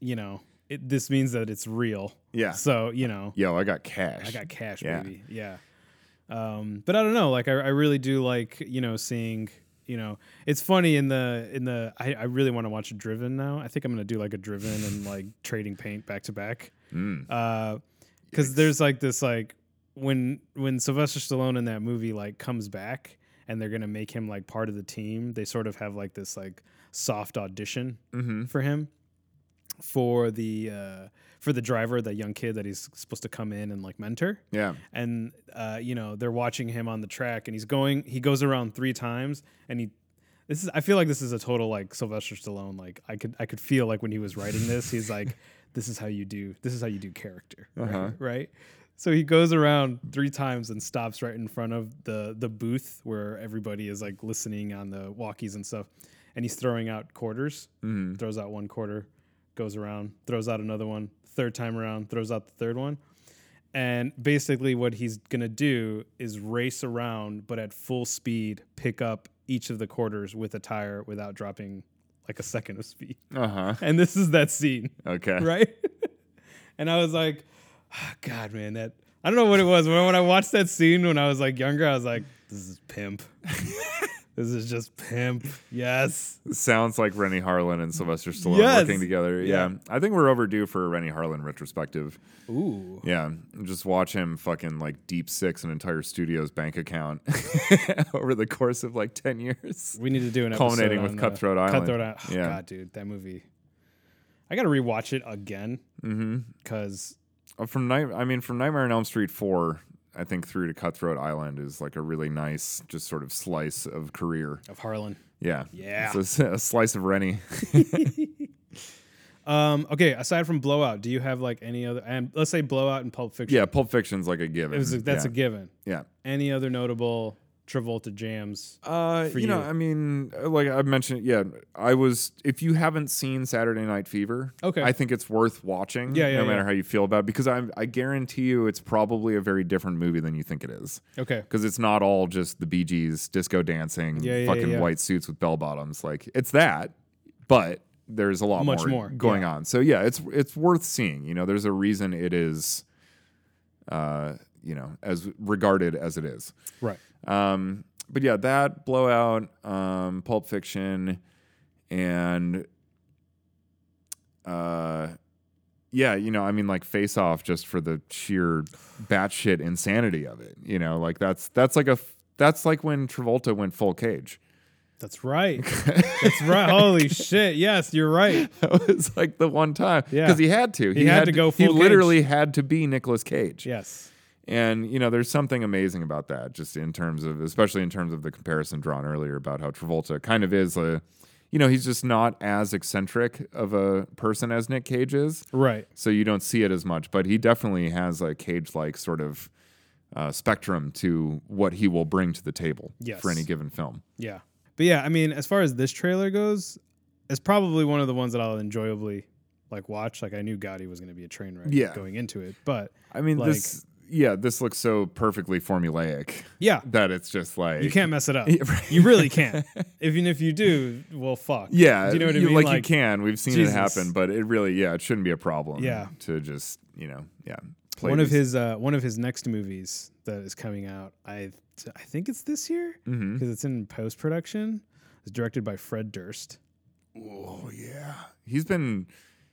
[SPEAKER 1] you know, it, this means that it's real.
[SPEAKER 2] Yeah.
[SPEAKER 1] So, you know,
[SPEAKER 2] Yo, I got cash.
[SPEAKER 1] I got cash,
[SPEAKER 2] Yeah.
[SPEAKER 1] baby. Yeah. Um, but I don't know. Like I, I really do like you know seeing you know it's funny in the in the I, I really want to watch Driven now. I think I'm gonna do like a Driven and like trading paint back to back.
[SPEAKER 2] Mm.
[SPEAKER 1] Because Uh, there's like this like when when Sylvester Stallone in that movie like comes back and they're gonna make him like part of the team. They sort of have like this like soft audition
[SPEAKER 2] Mm-hmm.
[SPEAKER 1] for him for the uh, for the driver, that young kid that he's supposed to come in and like mentor.
[SPEAKER 2] Yeah.
[SPEAKER 1] And uh, you know they're watching him on the track, and he's going. He goes around three times, and he. This is. I feel like this is a total like Sylvester Stallone. Like I could I could feel like when he was writing this, he's like, [LAUGHS] "This is how you do. This is how you do character." right?
[SPEAKER 2] Uh-huh.
[SPEAKER 1] right? So he goes around three times and stops right in front of the the booth where everybody is like listening on the walkies and stuff, and he's throwing out quarters.
[SPEAKER 2] Mm-hmm.
[SPEAKER 1] Throws out one quarter, goes around, throws out another one. Third time around, throws out the third one. And basically, what he's gonna do is race around, but at full speed, pick up each of the quarters with a tire without dropping like a second of speed.
[SPEAKER 2] Uh huh.
[SPEAKER 1] And this is that scene
[SPEAKER 2] Okay.
[SPEAKER 1] right? [LAUGHS] and I was like, "Ah, God, man, that I don't know what it was. When, when I watched that scene when I was like younger, I was like, this is pimp. [LAUGHS] this is just pimp. Yes.
[SPEAKER 2] Sounds like Rennie Harlan and Sylvester Stallone
[SPEAKER 1] Yes.
[SPEAKER 2] working together.
[SPEAKER 1] Yeah.
[SPEAKER 2] Yeah. I think we're overdue for a Rennie Harlan retrospective.
[SPEAKER 1] Ooh.
[SPEAKER 2] Yeah. Just watch him fucking like deep six an entire studio's bank account [LAUGHS] over the course of like 10 years.
[SPEAKER 1] We need to do an
[SPEAKER 2] Culminating
[SPEAKER 1] episode
[SPEAKER 2] with
[SPEAKER 1] on, uh,
[SPEAKER 2] Cutthroat Island.
[SPEAKER 1] Cutthroat Island. Oh,
[SPEAKER 2] Yeah.
[SPEAKER 1] God, dude, that movie. I gotta rewatch it again
[SPEAKER 2] Mm-hmm.
[SPEAKER 1] because
[SPEAKER 2] Uh, From night, I mean, from Nightmare on Elm Street 4, I think through to Cutthroat Island is like a really nice, just sort of slice of career.
[SPEAKER 1] of Harlan.
[SPEAKER 2] Yeah.
[SPEAKER 1] Yeah.
[SPEAKER 2] It's a, a slice of Rennie. [LAUGHS]
[SPEAKER 1] Um, okay, aside from Blowout, do you have like any other? And let's say Blowout and Pulp Fiction.
[SPEAKER 2] yeah. Pulp Fiction's like a given.
[SPEAKER 1] it was a, that's
[SPEAKER 2] yeah.
[SPEAKER 1] a given.
[SPEAKER 2] Yeah.
[SPEAKER 1] Any other notable Travolta jams?
[SPEAKER 2] Uh,
[SPEAKER 1] for
[SPEAKER 2] you know,
[SPEAKER 1] you?
[SPEAKER 2] I mean, uh, like I mentioned, yeah, I was. If you haven't seen Saturday Night Fever,
[SPEAKER 1] Okay.
[SPEAKER 2] I think it's worth watching.
[SPEAKER 1] Yeah, yeah,
[SPEAKER 2] no matter
[SPEAKER 1] yeah.
[SPEAKER 2] how you feel about it, because I, I guarantee you, it's probably a very different movie than you think it is,
[SPEAKER 1] Okay.
[SPEAKER 2] because it's not all just the Bee Gees disco dancing,
[SPEAKER 1] Yeah, yeah,
[SPEAKER 2] fucking
[SPEAKER 1] yeah.
[SPEAKER 2] white suits with bell bottoms. Like it's that, but there's a lot
[SPEAKER 1] Much more,
[SPEAKER 2] more going
[SPEAKER 1] yeah.
[SPEAKER 2] on. So yeah, it's it's worth seeing. You know, there's a reason it is, uh, you know, as regarded as it is.
[SPEAKER 1] Right.
[SPEAKER 2] Um, but yeah, that blowout, um, Pulp Fiction, and uh, yeah, you know, I mean, like Face Off, just for the sheer batshit insanity of it. You know, like that's that's like a f- That's like when Travolta went full cage. [LAUGHS]
[SPEAKER 1] That's right. That's right. Holy shit. Yes, you're right.
[SPEAKER 2] That was like the one time
[SPEAKER 1] Yeah.
[SPEAKER 2] because he had to.
[SPEAKER 1] He had to go
[SPEAKER 2] He
[SPEAKER 1] full
[SPEAKER 2] literally had to be Nicolas Cage.
[SPEAKER 1] Yes.
[SPEAKER 2] And you know, there's something amazing about that, just in terms of, especially in terms of the comparison drawn earlier about how Travolta kind of is a, you know, he's just not as eccentric of a person as Nick Cage is,
[SPEAKER 1] Right.
[SPEAKER 2] so you don't see it as much. But he definitely has a Cage-like sort of uh, spectrum to what he will bring to the table
[SPEAKER 1] Yes.
[SPEAKER 2] for any given film.
[SPEAKER 1] Yeah. But yeah, I mean, as far as this trailer goes, it's probably one of the ones that I'll enjoyably like watch. Like I knew Gotti was going to be a train wreck
[SPEAKER 2] Yeah.
[SPEAKER 1] going into it, but
[SPEAKER 2] I mean,
[SPEAKER 1] Like-
[SPEAKER 2] this, yeah, this looks so perfectly formulaic [LAUGHS]
[SPEAKER 1] yeah,
[SPEAKER 2] that it's just like
[SPEAKER 1] you can't mess it up.
[SPEAKER 2] Yeah, [LAUGHS] right.
[SPEAKER 1] You really
[SPEAKER 2] [LAUGHS]
[SPEAKER 1] can't. Even if you do, well, fuck.
[SPEAKER 2] Yeah,
[SPEAKER 1] Do you know what I
[SPEAKER 2] you-
[SPEAKER 1] mean?
[SPEAKER 2] Like, you can. We've seen
[SPEAKER 1] Jesus.
[SPEAKER 2] it happen, but it really, yeah, it shouldn't be a problem.
[SPEAKER 1] Yeah.
[SPEAKER 2] to just you know, yeah, play
[SPEAKER 1] One of
[SPEAKER 2] these-
[SPEAKER 1] his uh, one of his next movies that is coming out, I I think it's this year because
[SPEAKER 2] Mm-hmm.
[SPEAKER 1] it's in post production. It's directed by Fred Durst.
[SPEAKER 2] Oh yeah, he's been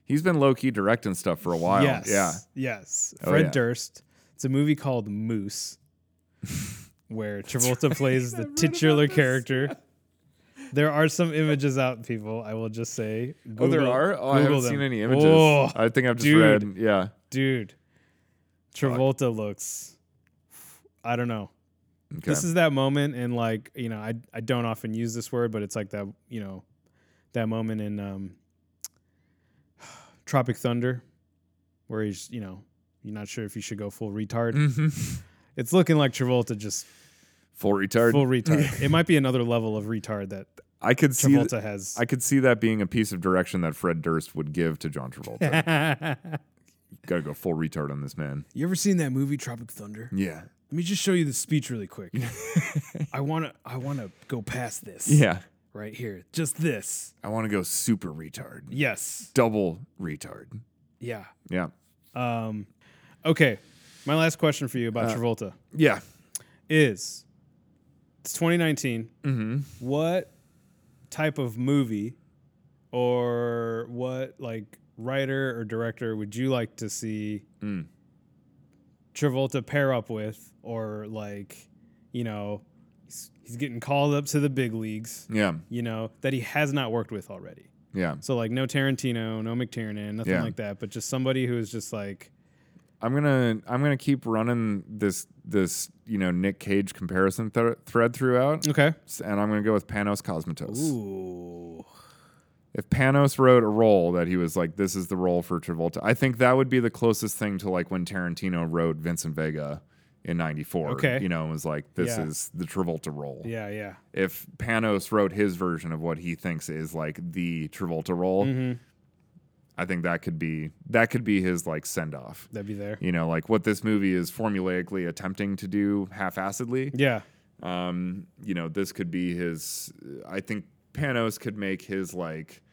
[SPEAKER 2] he's been low key directing stuff for a while.
[SPEAKER 1] Yes.
[SPEAKER 2] Yeah,
[SPEAKER 1] Yes.
[SPEAKER 2] Oh,
[SPEAKER 1] Fred
[SPEAKER 2] yeah.
[SPEAKER 1] Durst. It's a movie called
[SPEAKER 2] [LAUGHS]
[SPEAKER 1] Moose, where Travolta plays the titular character. There are some images out, people. I will just say. Google,
[SPEAKER 2] oh, there are. Oh, I
[SPEAKER 1] Google
[SPEAKER 2] haven't
[SPEAKER 1] them.
[SPEAKER 2] seen any images. Uh,
[SPEAKER 1] Oh,
[SPEAKER 2] I think I've just
[SPEAKER 1] dude.
[SPEAKER 2] read. Yeah,
[SPEAKER 1] dude, Travolta looks. I don't know.
[SPEAKER 2] okay.
[SPEAKER 1] This is that moment in like you know I I don't often use this word, but it's like that you know that moment in um, [SIGHS] Tropic Thunder, where he's you know you're not sure if you should go full retard.
[SPEAKER 2] Mhm.
[SPEAKER 1] It's looking like Travolta just
[SPEAKER 2] full retard.
[SPEAKER 1] full
[SPEAKER 2] [LAUGHS]
[SPEAKER 1] retard. it might be another level of retard that
[SPEAKER 2] I could see. th-
[SPEAKER 1] Travolta has.
[SPEAKER 2] I could see that being a piece of direction that Fred Durst would give to John
[SPEAKER 1] [LAUGHS]
[SPEAKER 2] Travolta. Gotta go full retard on this man.
[SPEAKER 1] you ever seen that movie Tropic Thunder?
[SPEAKER 2] Yeah.
[SPEAKER 1] Let me just show you the speech really
[SPEAKER 2] [LAUGHS]
[SPEAKER 1] quick. I wanna I wanna go past this.
[SPEAKER 2] Yeah.
[SPEAKER 1] Right here. Just this.
[SPEAKER 2] I want to go super retard.
[SPEAKER 1] Yes.
[SPEAKER 2] Double retard.
[SPEAKER 1] Yeah.
[SPEAKER 2] Yeah.
[SPEAKER 1] Um okay. My last question for you about Travolta
[SPEAKER 2] Yeah.
[SPEAKER 1] is it's 2019.
[SPEAKER 2] Mm-hmm.
[SPEAKER 1] what type of movie or what like writer or director would you like to see
[SPEAKER 2] Mm.
[SPEAKER 1] Travolta pair up with or like you know he's, he's getting called up to the big leagues
[SPEAKER 2] Yeah.
[SPEAKER 1] you know that he has not worked with already
[SPEAKER 2] Yeah.
[SPEAKER 1] so like no Tarantino no McTiernan nothing
[SPEAKER 2] Yeah.
[SPEAKER 1] like that but just somebody who is just like
[SPEAKER 2] I'm gonna I'm gonna keep running this this you know Nick Cage comparison th- thread throughout,
[SPEAKER 1] okay
[SPEAKER 2] S- and I'm gonna go with Panos Cosmatos.
[SPEAKER 1] ooh
[SPEAKER 2] If Panos wrote a role that he was like, this is the role for Travolta, I think that would be the closest thing to like when Tarantino wrote Vincent Vega in '94.
[SPEAKER 1] Okay.
[SPEAKER 2] you know, and was like, this
[SPEAKER 1] Yeah.
[SPEAKER 2] is the Travolta role.
[SPEAKER 1] yeah yeah
[SPEAKER 2] If Panos wrote his version of what he thinks is like the Travolta role,
[SPEAKER 1] Mm. Mm-hmm.
[SPEAKER 2] I think that could be that could be his like send off.
[SPEAKER 1] that'd be there
[SPEAKER 2] you know, like what this movie is formulaically attempting to do half-assedly.
[SPEAKER 1] yeah
[SPEAKER 2] Um, you know, this could be his. I think Panos could make his like,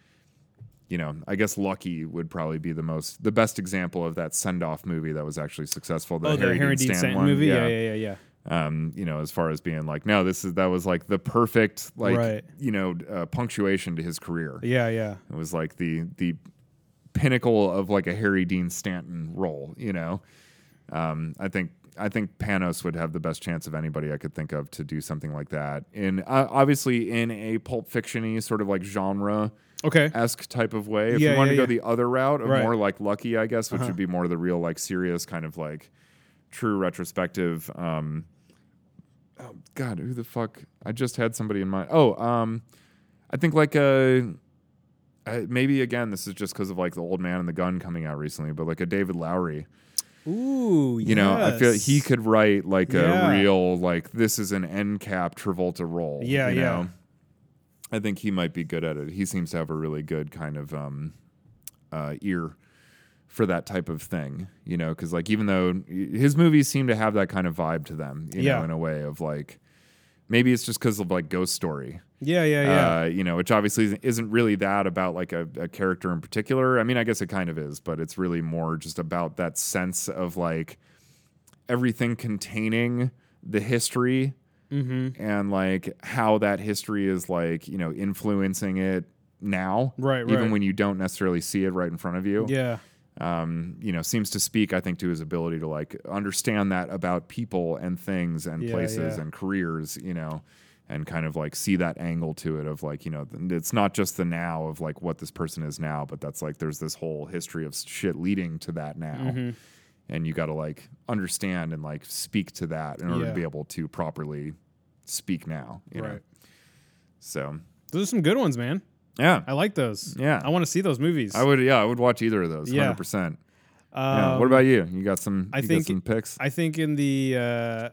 [SPEAKER 2] you know, I guess Lucky would probably be the most the best example of that send-off movie that was actually successful. The
[SPEAKER 1] oh the
[SPEAKER 2] Harry, Dean Stanton one.
[SPEAKER 1] movie yeah yeah yeah yeah
[SPEAKER 2] Um, you know, as far as being like, no, this is that was like the perfect like
[SPEAKER 1] Right.
[SPEAKER 2] you know uh, punctuation to his career.
[SPEAKER 1] yeah yeah
[SPEAKER 2] It was like the the pinnacle of like a Harry Dean Stanton role, you know. Um, I think I think Panos would have the best chance of anybody I could think of to do something like that. In uh, obviously in a pulp fictiony sort of like genre
[SPEAKER 1] okay
[SPEAKER 2] esque type of way. If
[SPEAKER 1] Yeah,
[SPEAKER 2] you want
[SPEAKER 1] yeah,
[SPEAKER 2] to go
[SPEAKER 1] yeah.
[SPEAKER 2] the other route of
[SPEAKER 1] Right. Uh-huh.
[SPEAKER 2] more like Lucky, I guess, which would be more the real like serious kind of like true retrospective. Um, oh God, who the fuck? I just had somebody in mind. Oh, um, I think like a. Uh, maybe again, this is just because of like the old man and the gun coming out recently, but like a David Lowry,
[SPEAKER 1] Ooh,
[SPEAKER 2] you know, I feel he could write like
[SPEAKER 1] Yeah.
[SPEAKER 2] a real like this is an end cap Travolta role.
[SPEAKER 1] Yeah,
[SPEAKER 2] you
[SPEAKER 1] yeah.
[SPEAKER 2] know? I think he might be good at it. He seems to have a really good kind of um, uh, ear for that type of thing, you know, because like even though his movies seem to have that kind of vibe to them, you
[SPEAKER 1] Yeah.
[SPEAKER 2] know, in a way of like maybe it's just because of like Ghost Story,
[SPEAKER 1] Yeah, yeah, yeah.
[SPEAKER 2] uh, you know, which obviously isn't- isn't really that about like a, a character in particular. I mean, I guess it kind of is, but it's really more just about that sense of like everything containing the history
[SPEAKER 1] mm-hmm.
[SPEAKER 2] and like how that history is like, you know, influencing it now.
[SPEAKER 1] Right,
[SPEAKER 2] Even
[SPEAKER 1] right.
[SPEAKER 2] when you don't necessarily see it right in front of you.
[SPEAKER 1] Yeah,
[SPEAKER 2] um, you know, seems to speak, I think, to his ability to like understand that about people and things and
[SPEAKER 1] Yeah,
[SPEAKER 2] places
[SPEAKER 1] yeah.
[SPEAKER 2] and careers, you know, and kind of like see that angle to it of like, you know, th- it's not just the now of like what this person is now, but that's like there's this whole history of shit leading to that now.
[SPEAKER 1] Mm-hmm.
[SPEAKER 2] And you got to like understand and like speak to that in order
[SPEAKER 1] Yeah.
[SPEAKER 2] to be able to properly speak now, you know.
[SPEAKER 1] Right.
[SPEAKER 2] So,
[SPEAKER 1] Those are some good ones, man.
[SPEAKER 2] yeah.
[SPEAKER 1] I like those.
[SPEAKER 2] Yeah.
[SPEAKER 1] I want to see those movies.
[SPEAKER 2] I would, yeah, I would watch either of those,
[SPEAKER 1] Yeah.
[SPEAKER 2] hundred percent. Yeah.
[SPEAKER 1] Um,
[SPEAKER 2] what about you? You got some?
[SPEAKER 1] I
[SPEAKER 2] you got
[SPEAKER 1] think-
[SPEAKER 2] some picks.
[SPEAKER 1] I think in the uh,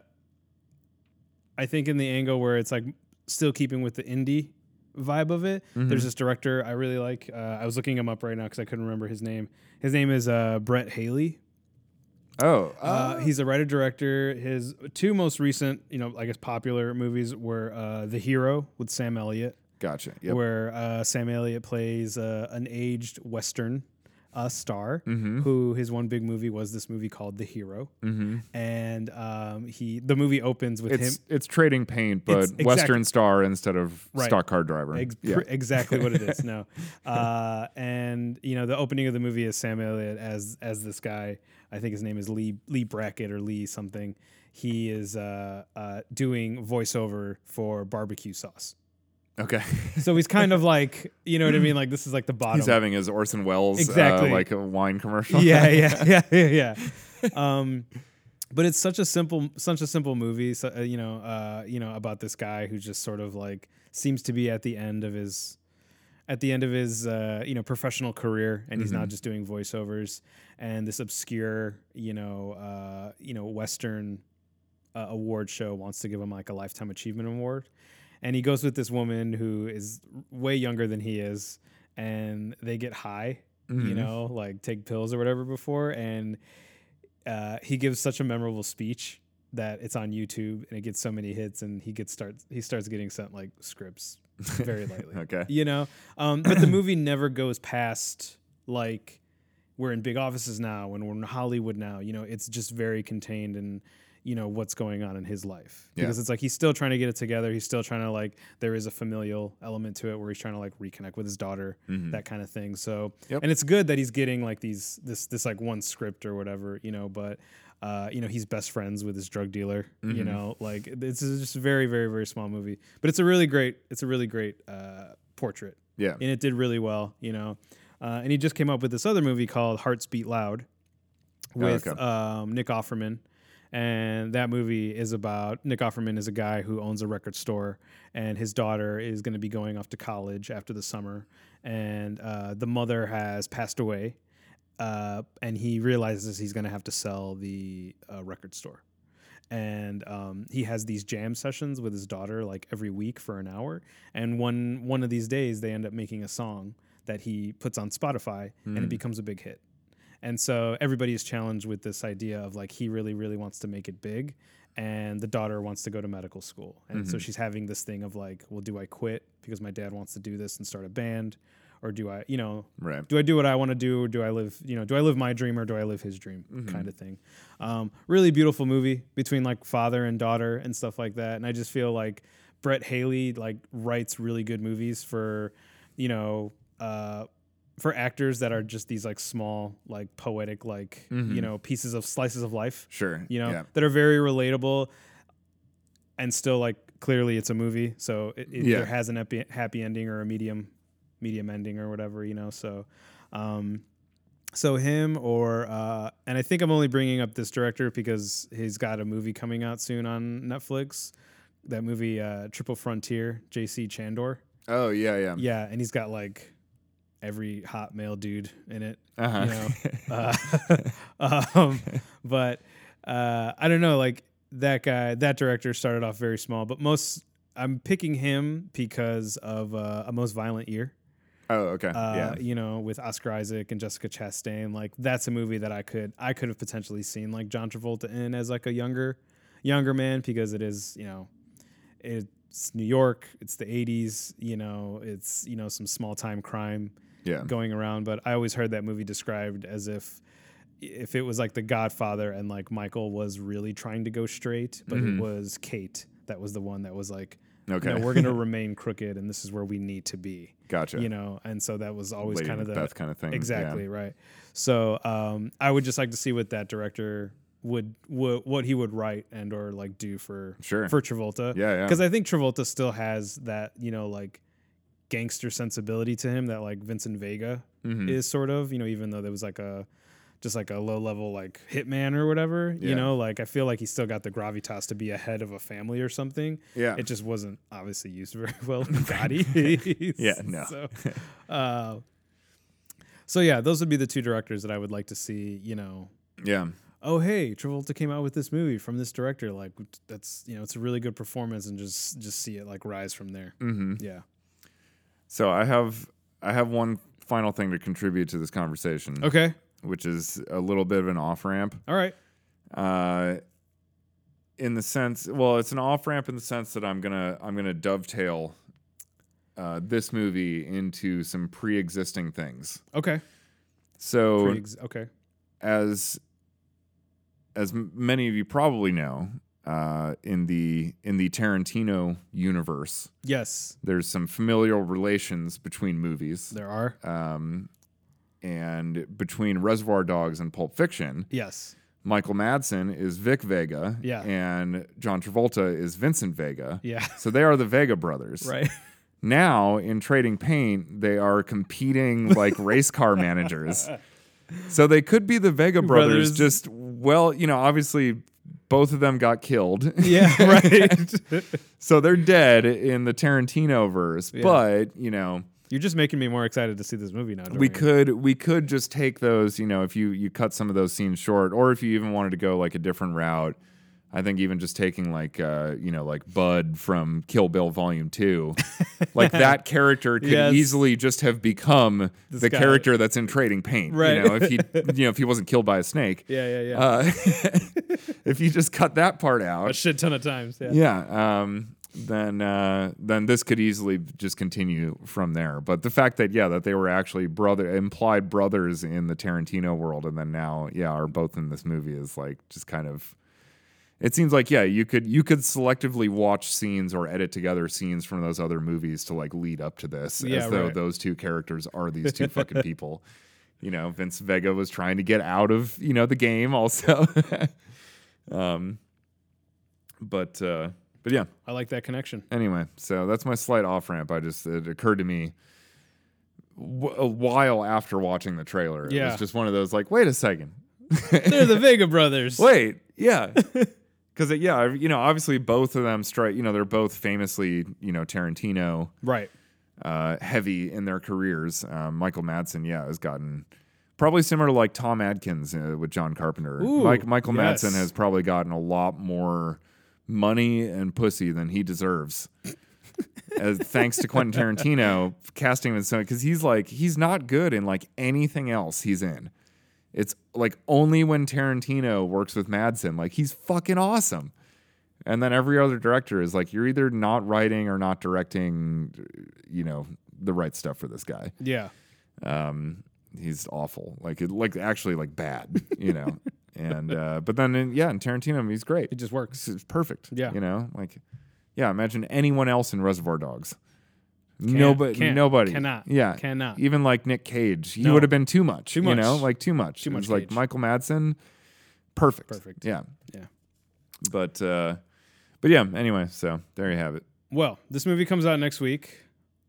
[SPEAKER 1] I think in the angle where it's like still keeping with the indie vibe of it.
[SPEAKER 2] Mm-hmm.
[SPEAKER 1] There's this director I really like. Uh, I was looking him up right now because I couldn't remember his name. His name is uh, Brett Haley.
[SPEAKER 2] oh,
[SPEAKER 1] Uh,
[SPEAKER 2] oh.
[SPEAKER 1] he's a writer director. His two most recent, you know, I guess popular movies were uh, The Hero with Sam Elliott,
[SPEAKER 2] gotcha. Yep.
[SPEAKER 1] where uh, Sam Elliott plays uh, an aged Western uh, star
[SPEAKER 2] Mm-hmm.
[SPEAKER 1] who his one big movie was this movie called The Hero, and um, he the movie opens with
[SPEAKER 2] It's
[SPEAKER 1] him.
[SPEAKER 2] it's trading paint, but
[SPEAKER 1] It's exact-
[SPEAKER 2] Western Star instead of
[SPEAKER 1] Right.
[SPEAKER 2] stock car driver.
[SPEAKER 1] Ex-
[SPEAKER 2] yeah.
[SPEAKER 1] pr- Exactly what it
[SPEAKER 2] [LAUGHS]
[SPEAKER 1] is. No, uh, and you know the opening of the movie is Sam Elliott as as this guy. I think his name is Lee Lee Brackett or Lee something. He is uh, uh, doing voiceover for barbecue sauce. [LAUGHS]
[SPEAKER 2] okay.
[SPEAKER 1] So he's kind of like you know what I mean. Like this is like the bottom.
[SPEAKER 2] [LAUGHS] he's having his Orson Welles
[SPEAKER 1] Exactly.
[SPEAKER 2] uh, like a wine [LAUGHS] commercial.
[SPEAKER 1] yeah, yeah, yeah, yeah, yeah. Um, but it's such a simple, such a simple movie. So, uh, you know, uh, you know about this guy who just sort of like seems to be at the end of his, at the end of his, uh, you know, professional career, and he's not just doing voiceovers. And this obscure, you know, uh, you know, Western uh, award show wants to give him like a lifetime achievement award and he goes with this woman who is way younger than he is and they get high
[SPEAKER 2] Mm-hmm.
[SPEAKER 1] you know like take pills or whatever before and uh, he gives such a memorable speech that it's on youtube and it gets so many hits and he gets starts he starts getting sent like scripts very
[SPEAKER 2] [LAUGHS]
[SPEAKER 1] lightly
[SPEAKER 2] Okay.
[SPEAKER 1] you know um, but the movie never goes past like we're in big offices now and we're in hollywood now you know it's just very contained in you know what's going on in his life
[SPEAKER 2] Yeah.
[SPEAKER 1] because it's like he's still trying to get it together he's still trying to like there is a familial element to it where he's trying to like reconnect with his daughter
[SPEAKER 2] Mm-hmm.
[SPEAKER 1] that kind of thing so
[SPEAKER 2] Yep.
[SPEAKER 1] and it's good that he's getting like these this this like one script or whatever you know but uh, you know he's best friends with his drug dealer
[SPEAKER 2] Mm-hmm.
[SPEAKER 1] you know like it's just a very very very small movie but it's a really great it's a really great uh, portrait
[SPEAKER 2] Yeah.
[SPEAKER 1] and it did really well, you know. Uh, and he just came up with this other movie called Hearts Beat Loud with
[SPEAKER 2] okay.
[SPEAKER 1] um, Nick Offerman. And that movie is about Nick Offerman is a guy who owns a record store, and his daughter is going to be going off to college after the summer, and uh, the mother has passed away, uh, and he realizes he's going to have to sell the uh, record store and um, he has these jam sessions with his daughter like every week for an hour and one one of these days they end up making a song that he puts on spotify and it becomes a big hit and so everybody is challenged with this idea of like he really really wants to make it big and the daughter wants to go to medical school and so she's having this thing of like well do i quit because my dad wants to do this and start a band or do i you know
[SPEAKER 2] Right.
[SPEAKER 1] do I do what I want to do, or do I live, you know, do I live my dream or do I live his dream, kind of thing. Um, really beautiful movie between like father and daughter and stuff like that. And I just feel like Brett Haley like writes really good movies for, you know, uh, for actors that are just these like small, like poetic, like you know, pieces of slices of life
[SPEAKER 2] Sure.
[SPEAKER 1] you know,
[SPEAKER 2] Yeah.
[SPEAKER 1] that are very relatable and still like clearly it's a movie. So it, it
[SPEAKER 2] Yeah.
[SPEAKER 1] either has an epi- happy ending or a medium, medium ending or whatever, you know? So, um, so him or, uh, and I think I'm only bringing up this director because he's got a movie coming out soon on Netflix. That movie, uh, Triple Frontier, J.C. Chandor.
[SPEAKER 2] Oh yeah, yeah.
[SPEAKER 1] Yeah. And he's got like every hot male dude in it
[SPEAKER 2] Uh-huh.
[SPEAKER 1] you know. Uh, [LAUGHS] um, but uh, I don't know, like that guy, that director started off very small, but most I'm picking him because of uh, a most violent year.
[SPEAKER 2] [LAUGHS] oh okay.
[SPEAKER 1] Uh,
[SPEAKER 2] yeah.
[SPEAKER 1] you know, with Oscar Isaac and Jessica Chastain, like that's a movie that I could I could have potentially seen like John Travolta in as like a younger younger man because it is you know it's New York, it's the 80s, you know, it's you know some small time crime
[SPEAKER 2] Yeah.
[SPEAKER 1] going around, but I always heard that movie described as if if it was like The Godfather and like Michael was really trying to go straight, but it was Kate that was the one that was like
[SPEAKER 2] Mm-hmm. Okay.
[SPEAKER 1] no, we're going to remain crooked, and this is where we need to be.
[SPEAKER 2] [LAUGHS] gotcha.
[SPEAKER 1] You know, and so that was always
[SPEAKER 2] Lady
[SPEAKER 1] kind of the
[SPEAKER 2] Macbeth kind of thing.
[SPEAKER 1] exactly right. So um, I would just like to see what that director would what, what he would write and or like do for
[SPEAKER 2] Sure.
[SPEAKER 1] for Travolta.
[SPEAKER 2] Yeah, yeah.
[SPEAKER 1] because I think Travolta still has that you know like gangster sensibility to him that like Vincent Vega
[SPEAKER 2] Mhm.
[SPEAKER 1] is sort of you know even though there was like a just like a low level like hitman or whatever
[SPEAKER 2] Yeah.
[SPEAKER 1] you know like I feel like he still got the gravitas to be a head of a family or something.
[SPEAKER 2] Yeah.
[SPEAKER 1] It just wasn't obviously used [LAUGHS] very well
[SPEAKER 2] [LAUGHS]
[SPEAKER 1] in Gotti.
[SPEAKER 2] Yeah, no. [LAUGHS]
[SPEAKER 1] So, uh, so yeah, those would be the two directors that I would like to see. You know,
[SPEAKER 2] yeah.
[SPEAKER 1] oh hey, Travolta came out with this movie from this director. Like that's you know, it's a really good performance, and just just see it like rise from there.
[SPEAKER 2] hmm
[SPEAKER 1] Yeah.
[SPEAKER 2] So I have I have one final thing to contribute to this conversation,
[SPEAKER 1] Okay.
[SPEAKER 2] which is a little bit of an off ramp.
[SPEAKER 1] All right.
[SPEAKER 2] Uh, in the sense, well, it's an off ramp in the sense that I'm gonna I'm gonna dovetail uh, this movie into some pre-existing things.
[SPEAKER 1] Okay.
[SPEAKER 2] So
[SPEAKER 1] Pretty ex- okay.
[SPEAKER 2] as as m- many of you probably know, uh, in the in the Tarantino universe,
[SPEAKER 1] Yes,
[SPEAKER 2] there's some familial relations between movies,
[SPEAKER 1] there are.
[SPEAKER 2] um, and between Reservoir Dogs and Pulp Fiction,
[SPEAKER 1] Yes.
[SPEAKER 2] Michael Madsen is Vic Vega,
[SPEAKER 1] Yeah.
[SPEAKER 2] and John Travolta is Vincent Vega.
[SPEAKER 1] [LAUGHS] Yeah.
[SPEAKER 2] So they are the Vega brothers.
[SPEAKER 1] Right.
[SPEAKER 2] Now in Trading Paint, they are competing
[SPEAKER 1] [LAUGHS]
[SPEAKER 2] like race car managers. So they could be the Vega brothers,
[SPEAKER 1] Brothers.
[SPEAKER 2] just well, you know, obviously both of them got killed.
[SPEAKER 1] [LAUGHS] Yeah. right.
[SPEAKER 2] [LAUGHS] so they're dead in the Tarantino verse. But, you know,
[SPEAKER 1] You're just making me more excited to see this movie now.
[SPEAKER 2] we
[SPEAKER 1] Dorian.
[SPEAKER 2] could we could just take those you know if you you cut some of those scenes short or if you even wanted to go like a different route i think even just taking like uh you know like bud from kill bill volume 2
[SPEAKER 1] [LAUGHS]
[SPEAKER 2] like that character could
[SPEAKER 1] Yes.
[SPEAKER 2] easily just have become the
[SPEAKER 1] guy.
[SPEAKER 2] character that's in trading paint you
[SPEAKER 1] Right.
[SPEAKER 2] know
[SPEAKER 1] [LAUGHS]
[SPEAKER 2] if he you know if he wasn't killed by a snake
[SPEAKER 1] Yeah. Yeah. Yeah.
[SPEAKER 2] uh [LAUGHS] if you just cut that part
[SPEAKER 1] a
[SPEAKER 2] out
[SPEAKER 1] shit ton of times. Yeah.
[SPEAKER 2] yeah um then uh then this could easily just continue from there but the fact that yeah that they were actually brother implied brothers in the tarantino world and then now yeah are both in this movie is like just kind of it seems like yeah you could you could selectively watch scenes or edit together scenes from those other movies to like lead up to this
[SPEAKER 1] Yeah,
[SPEAKER 2] as though
[SPEAKER 1] right.
[SPEAKER 2] those two characters are these
[SPEAKER 1] [LAUGHS]
[SPEAKER 2] two fucking people you know vince vega was trying to get out of you know the game also [LAUGHS] um but uh but yeah
[SPEAKER 1] I like that connection.
[SPEAKER 2] anyway so that's my slight off ramp i just it occurred to me w- a while after watching the trailer it
[SPEAKER 1] Yeah.
[SPEAKER 2] was just one of those like wait a second
[SPEAKER 1] [LAUGHS] They're the Vega brothers.
[SPEAKER 2] Wait, yeah. Because, yeah, I- you know, obviously both of them strike, you know, they're both famously, you know, Tarantino
[SPEAKER 1] Right.
[SPEAKER 2] uh, heavy in their careers. Um, Michael Madsen, yeah, has gotten probably similar to like Tom Adkins uh, with John Carpenter.
[SPEAKER 1] Ooh,
[SPEAKER 2] Mike, Michael
[SPEAKER 1] yes.
[SPEAKER 2] Madsen has probably gotten a lot more money and pussy than
[SPEAKER 1] [LAUGHS]
[SPEAKER 2] he deserves. As, thanks to Quentin Tarantino casting him in so because he's like he's not good in like anything else he's in. It's like only when Tarantino works with Madsen, like he's fucking awesome. And then every other director is like, you're either not writing or not directing, you know, the right stuff for this guy.
[SPEAKER 1] Yeah.
[SPEAKER 2] Um, he's awful, like it, like actually like bad,
[SPEAKER 1] [LAUGHS]
[SPEAKER 2] you know. and uh, but then in, yeah, in Tarantino, he's great.
[SPEAKER 1] It just works.
[SPEAKER 2] It's, it's perfect.
[SPEAKER 1] Yeah.
[SPEAKER 2] you know, like yeah. Imagine anyone else in Reservoir Dogs. nobody,
[SPEAKER 1] can't,
[SPEAKER 2] nobody
[SPEAKER 1] cannot,
[SPEAKER 2] Yeah,
[SPEAKER 1] cannot.
[SPEAKER 2] Even like Nick Cage, he
[SPEAKER 1] No.
[SPEAKER 2] would have been too much.
[SPEAKER 1] Too
[SPEAKER 2] You
[SPEAKER 1] much.
[SPEAKER 2] know, like too much.
[SPEAKER 1] Too
[SPEAKER 2] It
[SPEAKER 1] much
[SPEAKER 2] was like
[SPEAKER 1] Cage.
[SPEAKER 2] Michael Madsen, perfect.
[SPEAKER 1] Perfect.
[SPEAKER 2] Yeah.
[SPEAKER 1] Yeah.
[SPEAKER 2] But uh, but yeah. Anyway, so there you have it.
[SPEAKER 1] Well, this movie comes out next week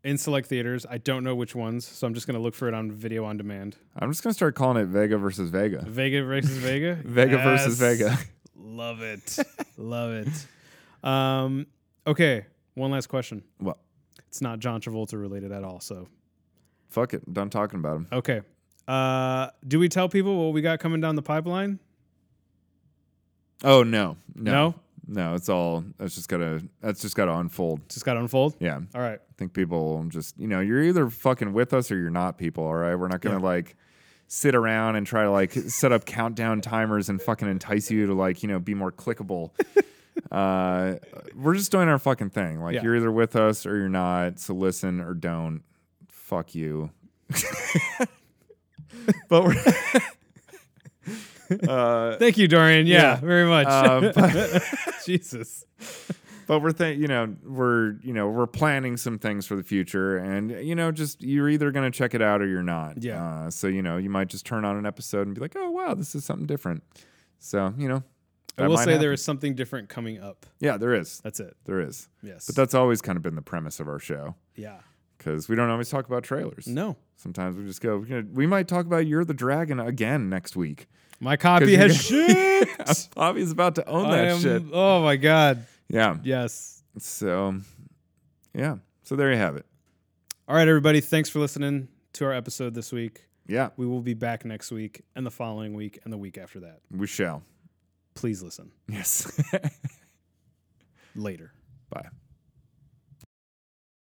[SPEAKER 1] in select theaters. I don't know which ones, so I'm just going to look for it on video on demand.
[SPEAKER 2] I'm just gonna start calling it Vega versus Vega.
[SPEAKER 1] Vega versus [LAUGHS] Vega.
[SPEAKER 2] Vega versus
[SPEAKER 1] Yes.
[SPEAKER 2] Vega.
[SPEAKER 1] Love [LAUGHS] it. Love it. Um, okay. One last question.
[SPEAKER 2] [LAUGHS] Well,
[SPEAKER 1] It's not John Travolta related at all. So,
[SPEAKER 2] fuck it. I'm done talking about him.
[SPEAKER 1] okay. Uh, do we tell people what we got coming down the pipeline?
[SPEAKER 2] Oh no, no,
[SPEAKER 1] No?
[SPEAKER 2] no. it's all. That's just gotta. That's just gotta unfold.
[SPEAKER 1] Just got to unfold.
[SPEAKER 2] Yeah,
[SPEAKER 1] All right.
[SPEAKER 2] I think people just. You know, you're either fucking with us or you're not. People. All right, we're not gonna like sit around and try to like [LAUGHS] set up countdown timers and fucking entice you to like you know be more clickable. uh, we're just doing our fucking thing. Like
[SPEAKER 1] Yeah.
[SPEAKER 2] you're either with us or you're not. So listen or don't. Fuck you. [LAUGHS] but we're. [LAUGHS] uh,
[SPEAKER 1] Thank you, Dorian. Yeah, [LAUGHS]
[SPEAKER 2] Yeah.
[SPEAKER 1] very much.
[SPEAKER 2] um, but-
[SPEAKER 1] Jesus.
[SPEAKER 2] but we're think you know we're you know we're planning some things for the future and you know just you're either going to check it out or you're not
[SPEAKER 1] Yeah.
[SPEAKER 2] uh, so you know you might just turn on an episode and be like oh wow this is something different so you know
[SPEAKER 1] I
[SPEAKER 2] that
[SPEAKER 1] will
[SPEAKER 2] might
[SPEAKER 1] say there
[SPEAKER 2] happen.
[SPEAKER 1] is something different coming up.
[SPEAKER 2] yeah there is
[SPEAKER 1] That's it.
[SPEAKER 2] there is
[SPEAKER 1] Yes.
[SPEAKER 2] but that's always kind of been the premise of our show
[SPEAKER 1] yeah.
[SPEAKER 2] because we don't always talk about trailers
[SPEAKER 1] No.
[SPEAKER 2] sometimes we just go you know, we might talk about you're the dragon again next week
[SPEAKER 1] My
[SPEAKER 2] [LAUGHS]
[SPEAKER 1] copy has shit.
[SPEAKER 2] Bobby's about to own
[SPEAKER 1] I
[SPEAKER 2] that
[SPEAKER 1] am-
[SPEAKER 2] shit
[SPEAKER 1] Oh my god.
[SPEAKER 2] yeah
[SPEAKER 1] Yes.
[SPEAKER 2] so yeah so there you have it
[SPEAKER 1] All right, everybody. Thanks for listening to our episode this week.
[SPEAKER 2] yeah
[SPEAKER 1] We will be back next week and the following week and the week after that.
[SPEAKER 2] we shall
[SPEAKER 1] Please listen
[SPEAKER 2] Yes. [LAUGHS]
[SPEAKER 1] later.
[SPEAKER 2] Bye.